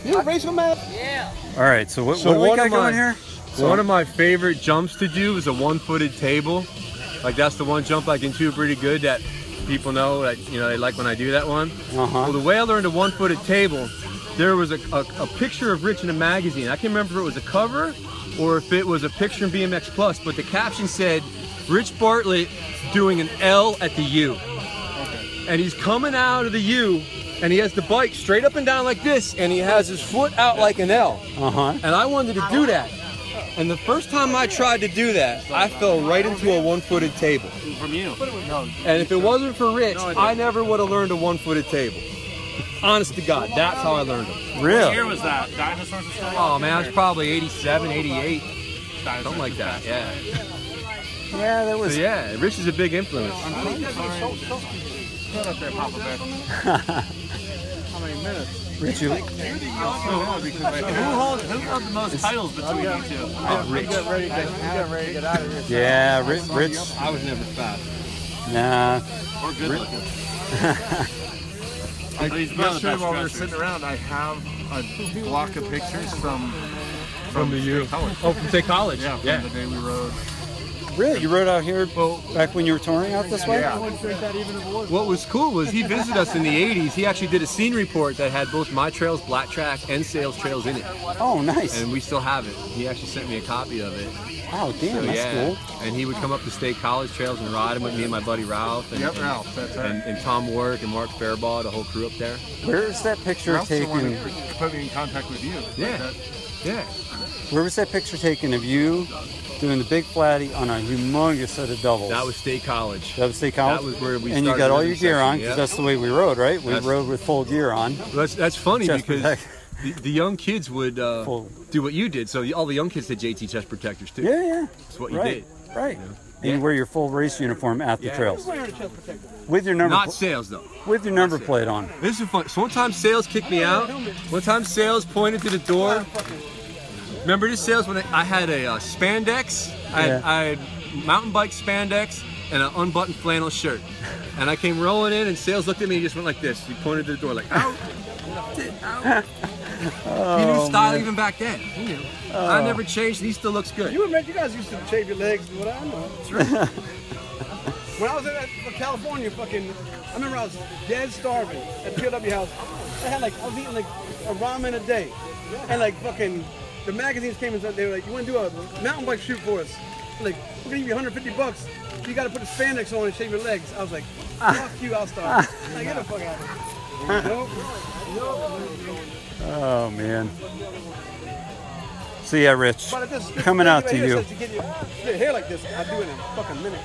You a racial man? Yeah. All right, so what, what do we one got of my- going here? So one of my favorite jumps to do is a one-footed table. Like that's the one jump I can do pretty good that people know that you know they like when I do that one. Uh-huh. Well, the way I learned a one-footed table, there was a, a, a picture of Rich in a magazine. I can't remember if it was a cover or if it was a picture in BMX Plus, but the caption said Rich Bartlett doing an L at the U and he's coming out of the U, and he has the bike straight up and down like this, and he has his foot out like an L. Uh-huh. And I wanted to do that. And the first time I tried to do that, I fell right into a one-footed table. From you. No. And if it wasn't for Rich, I never would have learned a one-footed table. Honest to God, that's how I learned it. What year was that? Dinosaurs and stuff? Oh man, it's probably 87, 88, something like that. Yeah. Yeah, that was. So yeah, Rich is a big influence. Shut up there, Papa Bear. How many minutes? Rich, you- Who holds who held the most titles between you two? Rich. ready to get out of here. Yeah, Rich. Rich. I was never fat. Nah. Or good Ri- looking. I, He's been the yesterday best while we were dresser. sitting around, I have a block of pictures from From the U. college. Oh, from State College. Yeah, from Yeah. the day we rode. Really? You rode out here back when you were touring out this way? What was cool was he visited us in the 80s. He actually did a scene report that had both my trails, black track, and sales trails in it. Oh, nice. And we still have it. He actually sent me a copy of it. Oh, damn, that's cool. And he would come up to state college trails and ride him with me and my buddy Ralph. And, Yep, Ralph, that's right. And, and Tom Work and Mark Fairbaugh, the whole crew up there. Where's that picture Ralph's the one taken? who put me in contact with you. Yeah. Yeah. Where was that picture taken of you doing the big flatty on a humongous set of doubles? That was state college. That was State College. That was where we and you started got all rhythm your gear section, on because yeah. that's the way we rode, right? We That's- rode with full gear on. That's, that's funny Chest because protect- the, the young kids would uh, do what you did. So all the young kids had JT chest protectors too. Yeah, yeah. That's what you right, did. Right. And you wear your full race uniform at the Yeah. trails with your number. Not pl- sales though. with your number plate on. This is fun. So one time sales kicked me out. One time sales pointed to the door. Remember this sales when I I had a uh, spandex? I had, Yeah. I had mountain bike spandex and an unbuttoned flannel shirt. And I came rolling in, and sales looked at me and just went like this. He pointed to the door like, "Out!" he knew Oh, style even back then. He knew. I Oh. never changed, and he still looks good. You remember, you guys used to shave your legs, what I know. [LAUGHS] when I was in uh, California, fucking, I remember I was dead starving at the POW house. I had like, I was eating like a ramen a day. And like fucking, the magazines came and said, they were like, you want to do a mountain bike shoot for us? I'm like, we're going to give you 150 bucks. You got to put a spandex on and shave your legs. I was like, fuck you, I'll starve. like, get the fuck out of here. Nope. Oh man. So yeah, Rich, But this- this coming thing out right to here you. says get your hair like this. I do it in a fucking minute.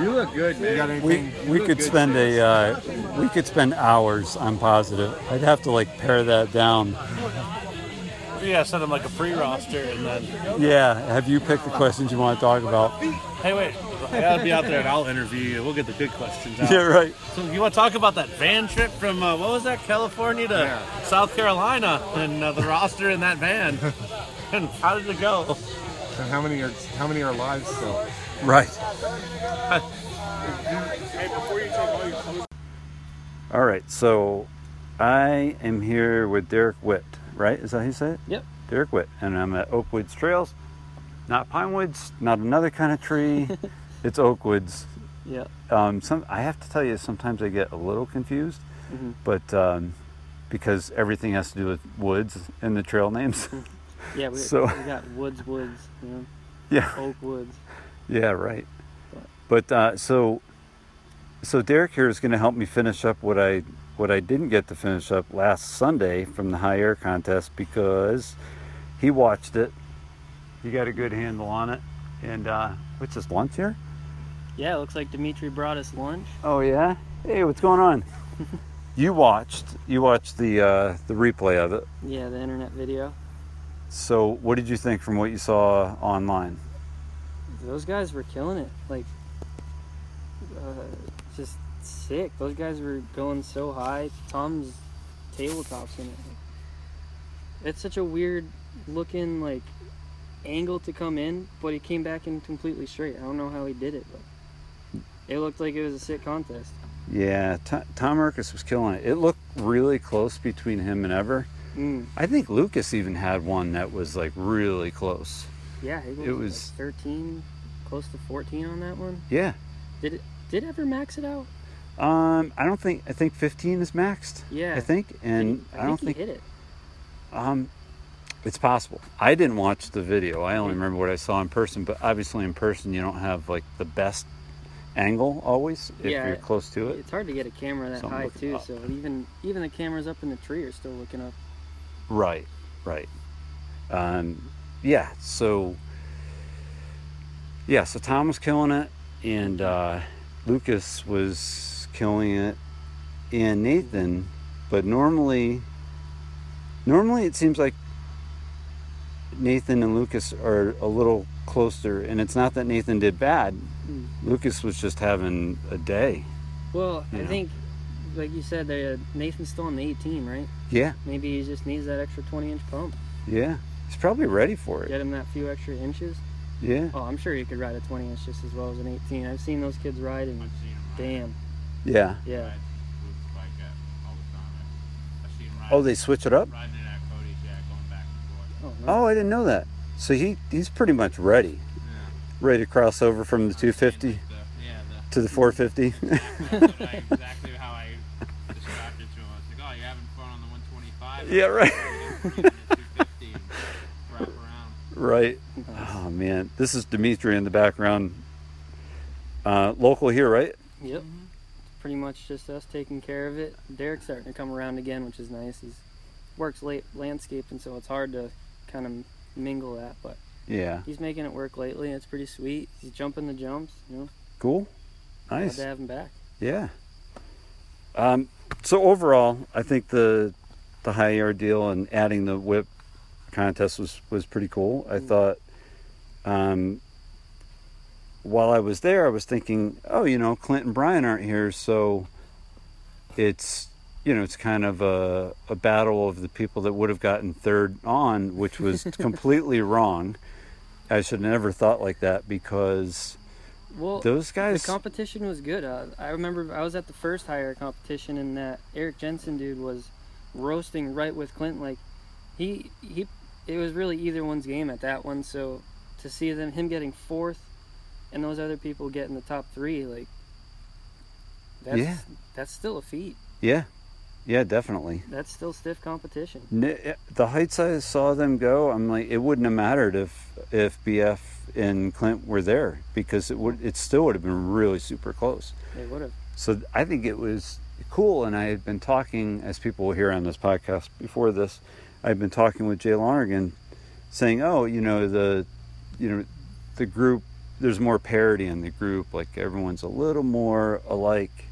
You look good, man. We, we could spend a uh, we could spend hours. I'm positive. I'd have to like pare that down. Yeah, send them like a pre roster and then. Yeah. Have you picked the questions you want to talk about? Hey, [LAUGHS] wait. I'll be out there and I'll interview you. We'll get the good [LAUGHS] questions out. Yeah, right. So you want to talk about that van trip from uh, what was that, California to South Carolina, and uh, the roster in that [LAUGHS] van, and how did it go? And how many are how many are live still? Right. Hey, before you take all your food. All right, so I am here with Derek Witt, right? Is that how you say it? Yep. Derek Witt, and I'm at Oakwoods Trails. Not pine woods, not another kind of [LAUGHS] tree. it's Oakwoods. Yeah. Um, some I have to tell you, sometimes I get a little confused, Mhm. but um, because everything has to do with woods and the trail names. Mm-hmm. Yeah, [LAUGHS] we, so we got Woods Woods, you know? [LAUGHS] Yeah. Oak Woods. yeah, right. But uh, so so Derek here is going to help me finish up what I what I didn't get to finish up last Sunday from the high air contest because he watched it. He got a good handle on it, and uh, what's this lunch here? Yeah, it looks like Dimitri brought us lunch. Oh yeah. Hey, what's going on? [LAUGHS] you watched you watched the uh, the replay of it. Yeah, the internet video. So what did you think from what you saw online? Those guys were killing it. Like, uh, just sick. Those guys were going so high. Tom's tabletops in it. It's such a weird looking like angle to come in, but he came back in completely straight. I don't know how he did it, but it looked like it was a sick contest. Yeah, Tom, Tom Marcus was killing it. It looked really close between him and Ever. Mm. I think Lucas even had one that was like really close. Yeah, he was, It was- like, 13, close to 14 on that one. Yeah. Did it? Did ever max it out? Um, I don't think I think 15 is maxed. Yeah. I think, and I, I, don't think think he hit it. um, it's possible. I didn't watch the video. I only remember what I saw in person. But obviously, in person, you don't have like the best angle always if Yeah, you're close to it. It's hard to get a camera that So I'm high looking too. up. So even even the cameras up in the tree are still looking up. Right, right. Um, yeah, so yeah, so Tom was killing it, and uh, Lucas was killing it, and Nathan. But normally, normally it seems like Nathan and Lucas are a little closer, and it's not that Nathan did bad. Mm. Lucas was just having a day. Well, I Yeah. think, like you said, they, uh, Nathan's still on the 18, right? Yeah, Maybe he just needs that extra 20 inch pump. yeah. He's probably ready for it. Get him that few extra inches. Yeah. Oh, I'm sure he could ride a 20 inch just as well as an 18. I've seen those kids ride, and damn. Yeah. Yeah. Oh, they switch it up. Riding in at Cody's, yeah, going back and forth. Oh, I didn't know that. So he he's pretty much ready, ready to cross over from the 250 to the [LAUGHS] 450. like exactly how I described it to him. I was like, "Oh, you're having fun on the 125." Yeah, [LAUGHS] right. [LAUGHS] Wrap around. right. Oh man, this is Dimitri in the background. Uh, local here, right? Yep. Pretty much just us taking care of it. Derek's starting to come around again, which is nice. He's works late landscaping, so it's hard to kind of mingle that, but Yeah. he's making it work lately, and it's pretty sweet. He's jumping the jumps, you know. Cool. Glad Nice. to have him back. Yeah. Um, so overall, I think the the high air deal and adding the whip contest was was pretty cool. Mm. I thought um, while I was there, I was thinking, oh, you know, Clint and Brian aren't here, so it's you know it's kind of a, a battle of the people that would have gotten third on, which [LAUGHS] was completely wrong. I should have never thought like that because Well, those guys. The competition was good. Uh, I remember I was at the first higher competition, and that Eric Jensen dude was roasting right with Clinton. Like he he, it was really either one's game at that one. So to see them him getting fourth, and those other people getting the top three, like that's Yeah. that's still a feat. yeah, yeah, definitely. That's still stiff competition. N- eh, The heights I saw them go, I'm like, it wouldn't have mattered if if BF and Clint were there because it would it still would have been really super close. They would have. So I think it was cool, and I had been talking, as people will hear on this podcast before this, I've been talking with Jay Lonergan, saying, "Oh, you know the, you know, the group. There's more parity in the group. Like everyone's a little more alike,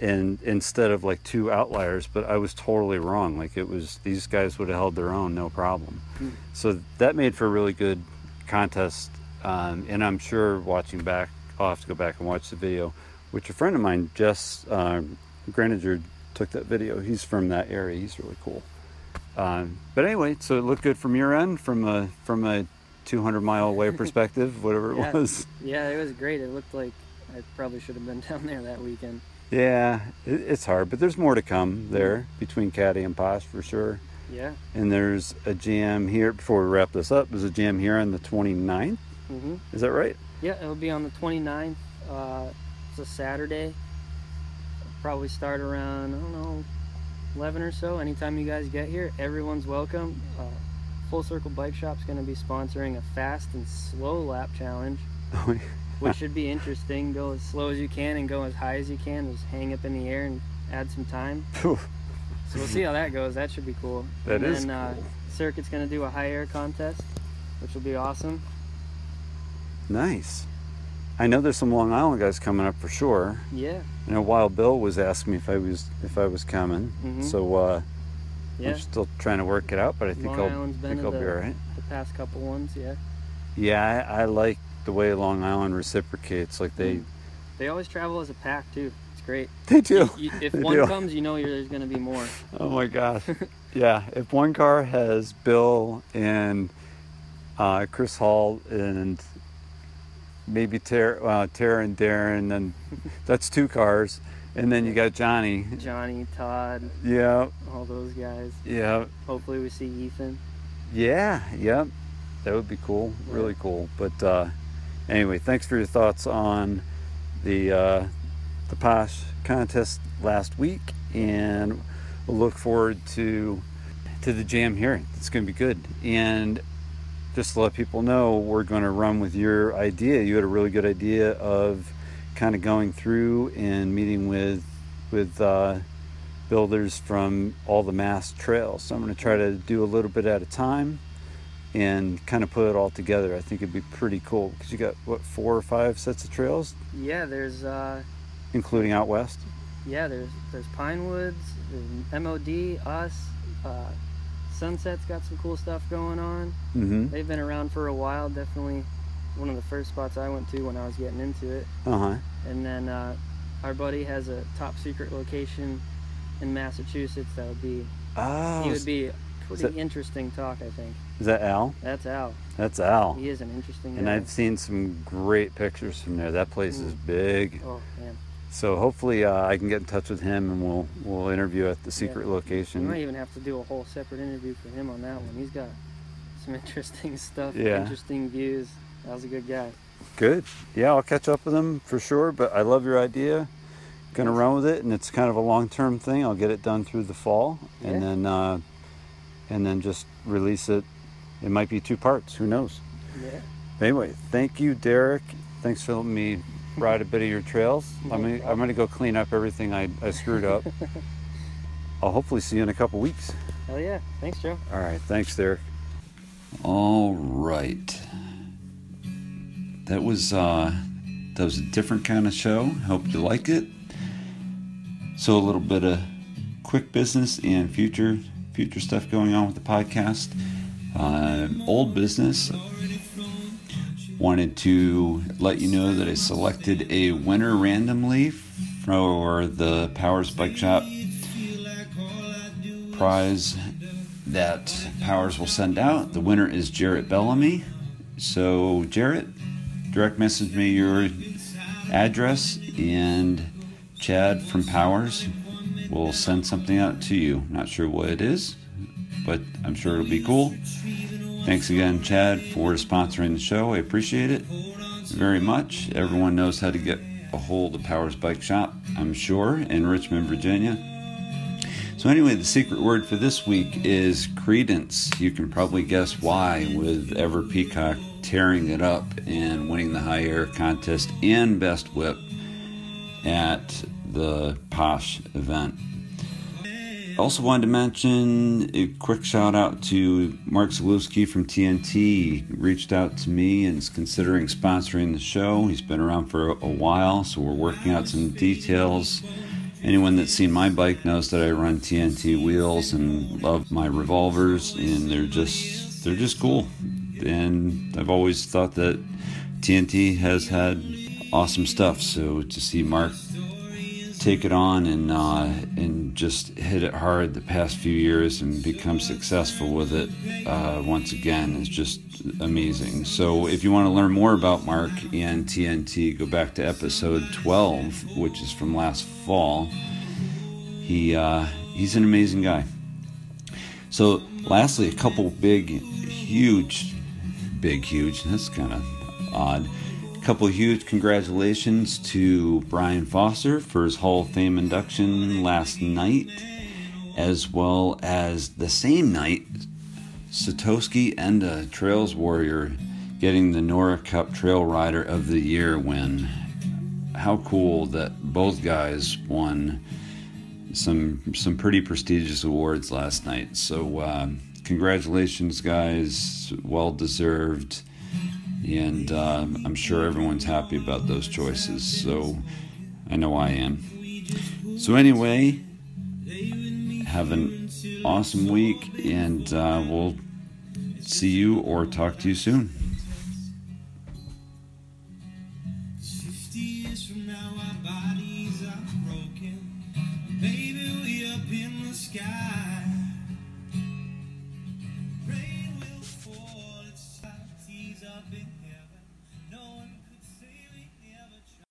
and instead of like two outliers. But I was totally wrong. Like it was these guys would have held their own, no problem. Mm. So that made for a really good contest. Um, and I'm sure watching back, I'll have to go back and watch the video, which a friend of mine, Jess um, Greninger, took that video. He's from that area. He's really cool. Um, but anyway, so it looked good from your end, from a from a 200 mile [LAUGHS] away perspective, whatever it yeah. was. Yeah, it was great. It looked like I probably should have been [LAUGHS] down there that weekend. Yeah, it, it's hard, but there's more to come there between Caddy and Posh for sure. Yeah. And there's a jam here, before we wrap this up, there's a jam here on the 29th. hmm Is that right? Yeah, it'll be on the 29th. Uh, it's a Saturday. Probably start around, I don't know, 11 or so. Anytime you guys get here, everyone's welcome. Uh, [LAUGHS] Oh, Full Circle Bike Shop's going to be sponsoring a fast and slow lap challenge. What should be interesting, go as slow as you can and go as high as you can. Just hang up in the air and add some time. so we'll see how that goes. That should be cool. That and is Then, uh, Circuit's going to do a high air contest, which will be awesome. Nice. I know there's some Long Island guys coming up for sure. Yeah. You know, Wild Bill was asking me if I was if I was coming, Mhm. so uh, Yeah. I'm still trying to work it out. But I think Long I'll Island's been think to I'll the, be all right. the past couple ones, yeah. Yeah, I, I like the way Long Island reciprocates. Like Mm. they, They always travel as a pack too. It's great. [LAUGHS] They do. You- you- if They one do. comes, you know you're, there's going to be more. [LAUGHS] oh my [LAUGHS] gosh, yeah. If one car has Bill and uh, Chris Hall and maybe Tara, uh, Tara and Darren, [LAUGHS] then that's two cars, and then you got Johnny. Johnny, Todd, Yeah, all those guys. yeah. Hopefully we see Ethan. Yeah, yeah. That would be cool. Really cool. But uh, anyway, thanks for your thoughts on the uh, the Posh contest last week and we'll look forward to to the jam hearing. It's gonna be good. And just to let people know, we're gonna run with your idea. You had a really good idea of kind of going through and meeting with with uh, builders from all the mass trails. So I'm going to try to do a little bit at a time and kind of put it all together. I think it'd be pretty cool because you got what four or five sets of trails, Yeah, there's uh, including out west. yeah, there's there's Pine Woods, there's MOD, us, uh, Sunset's got some cool stuff going on. Mhm. They've been around for a while. Definitely one of the first spots I went to when I was getting into it. Uh huh. And then uh, our buddy has a top secret location in Massachusetts that would be Oh, he would be a is pretty that- interesting talk, I think. Is that Al? That's Al. That's Al. He is an interesting And guy. I've seen some great pictures from there. That place is Mm. big. Oh man. So hopefully uh, I can get in touch with him and we'll we'll interview at the secret Yeah. location. We might even have to do a whole separate interview for him on that one. He's got some [LAUGHS] interesting stuff, Yeah. interesting views. That was a good guy. Good. Yeah, I'll catch up with them for sure. But I love your idea. Gonna run with it, and it's kind of a long-term thing. I'll get it done through the fall, Yeah. and then uh, and then just release it. It might be two parts. Who knows? Yeah. Anyway, thank you, Derek. Thanks for letting me ride a bit of your trails. No I'm gonna, I'm gonna go clean up everything I, I screwed up. I'll hopefully see you in a couple weeks. Hell yeah. Thanks, Joe. All right, thanks, Derek. All right, that was uh, that was a different kind of show. Hope you like it. So a little bit of quick business and future future stuff going on with the podcast. Um, old business. Wanted to let you know that I selected a winner randomly for the Powers Bike Shop prize that Powers will send out. The winner is Jarrett Bellamy. So, Jarrett, direct message me your address, and Chad from Powers will send something out to you. Not sure what it is, but I'm sure it'll be cool. Thanks again, Chad, for sponsoring the show. I appreciate it very much. Everyone knows how to get a hold of Powers Bike Shop, I'm sure, in Richmond, Virginia. So, anyway, the secret word for this week is credence. You can probably guess why, with Ever Peacock tearing it up and winning the high air contest and best whip at the Posh event. Also, wanted to mention a quick shout out to Mark Zalewski from TNT. He reached out to me and is considering sponsoring the show. He's been around for a while, so we're working out some details. Anyone that's seen my bike knows that I run TNT wheels and love my revolvers, and they're just they're just cool. And I've always thought that TNT has had awesome stuff. So to see Mark take it on and uh, and just hit it hard the past few years and become successful with it uh, once again is just amazing. So if you want to learn more about Mark and TNT, go back to episode 12, which is from last fall. He uh, he's an amazing guy. So lastly, a couple big, huge, big, huge. That's kind of odd. Couple huge congratulations to Brian Foster for his Hall of Fame induction last night, as well as the same night, Satoshi Enda, Trails Warrior, getting the Nora Cup Trail Rider of the Year win. How cool that both guys won some some pretty prestigious awards last night. So uh, congratulations, guys! Well deserved, and uh, I'm sure everyone's happy about those choices. So I know I am. So anyway, have an awesome week, and uh, we'll see you or talk to you soon.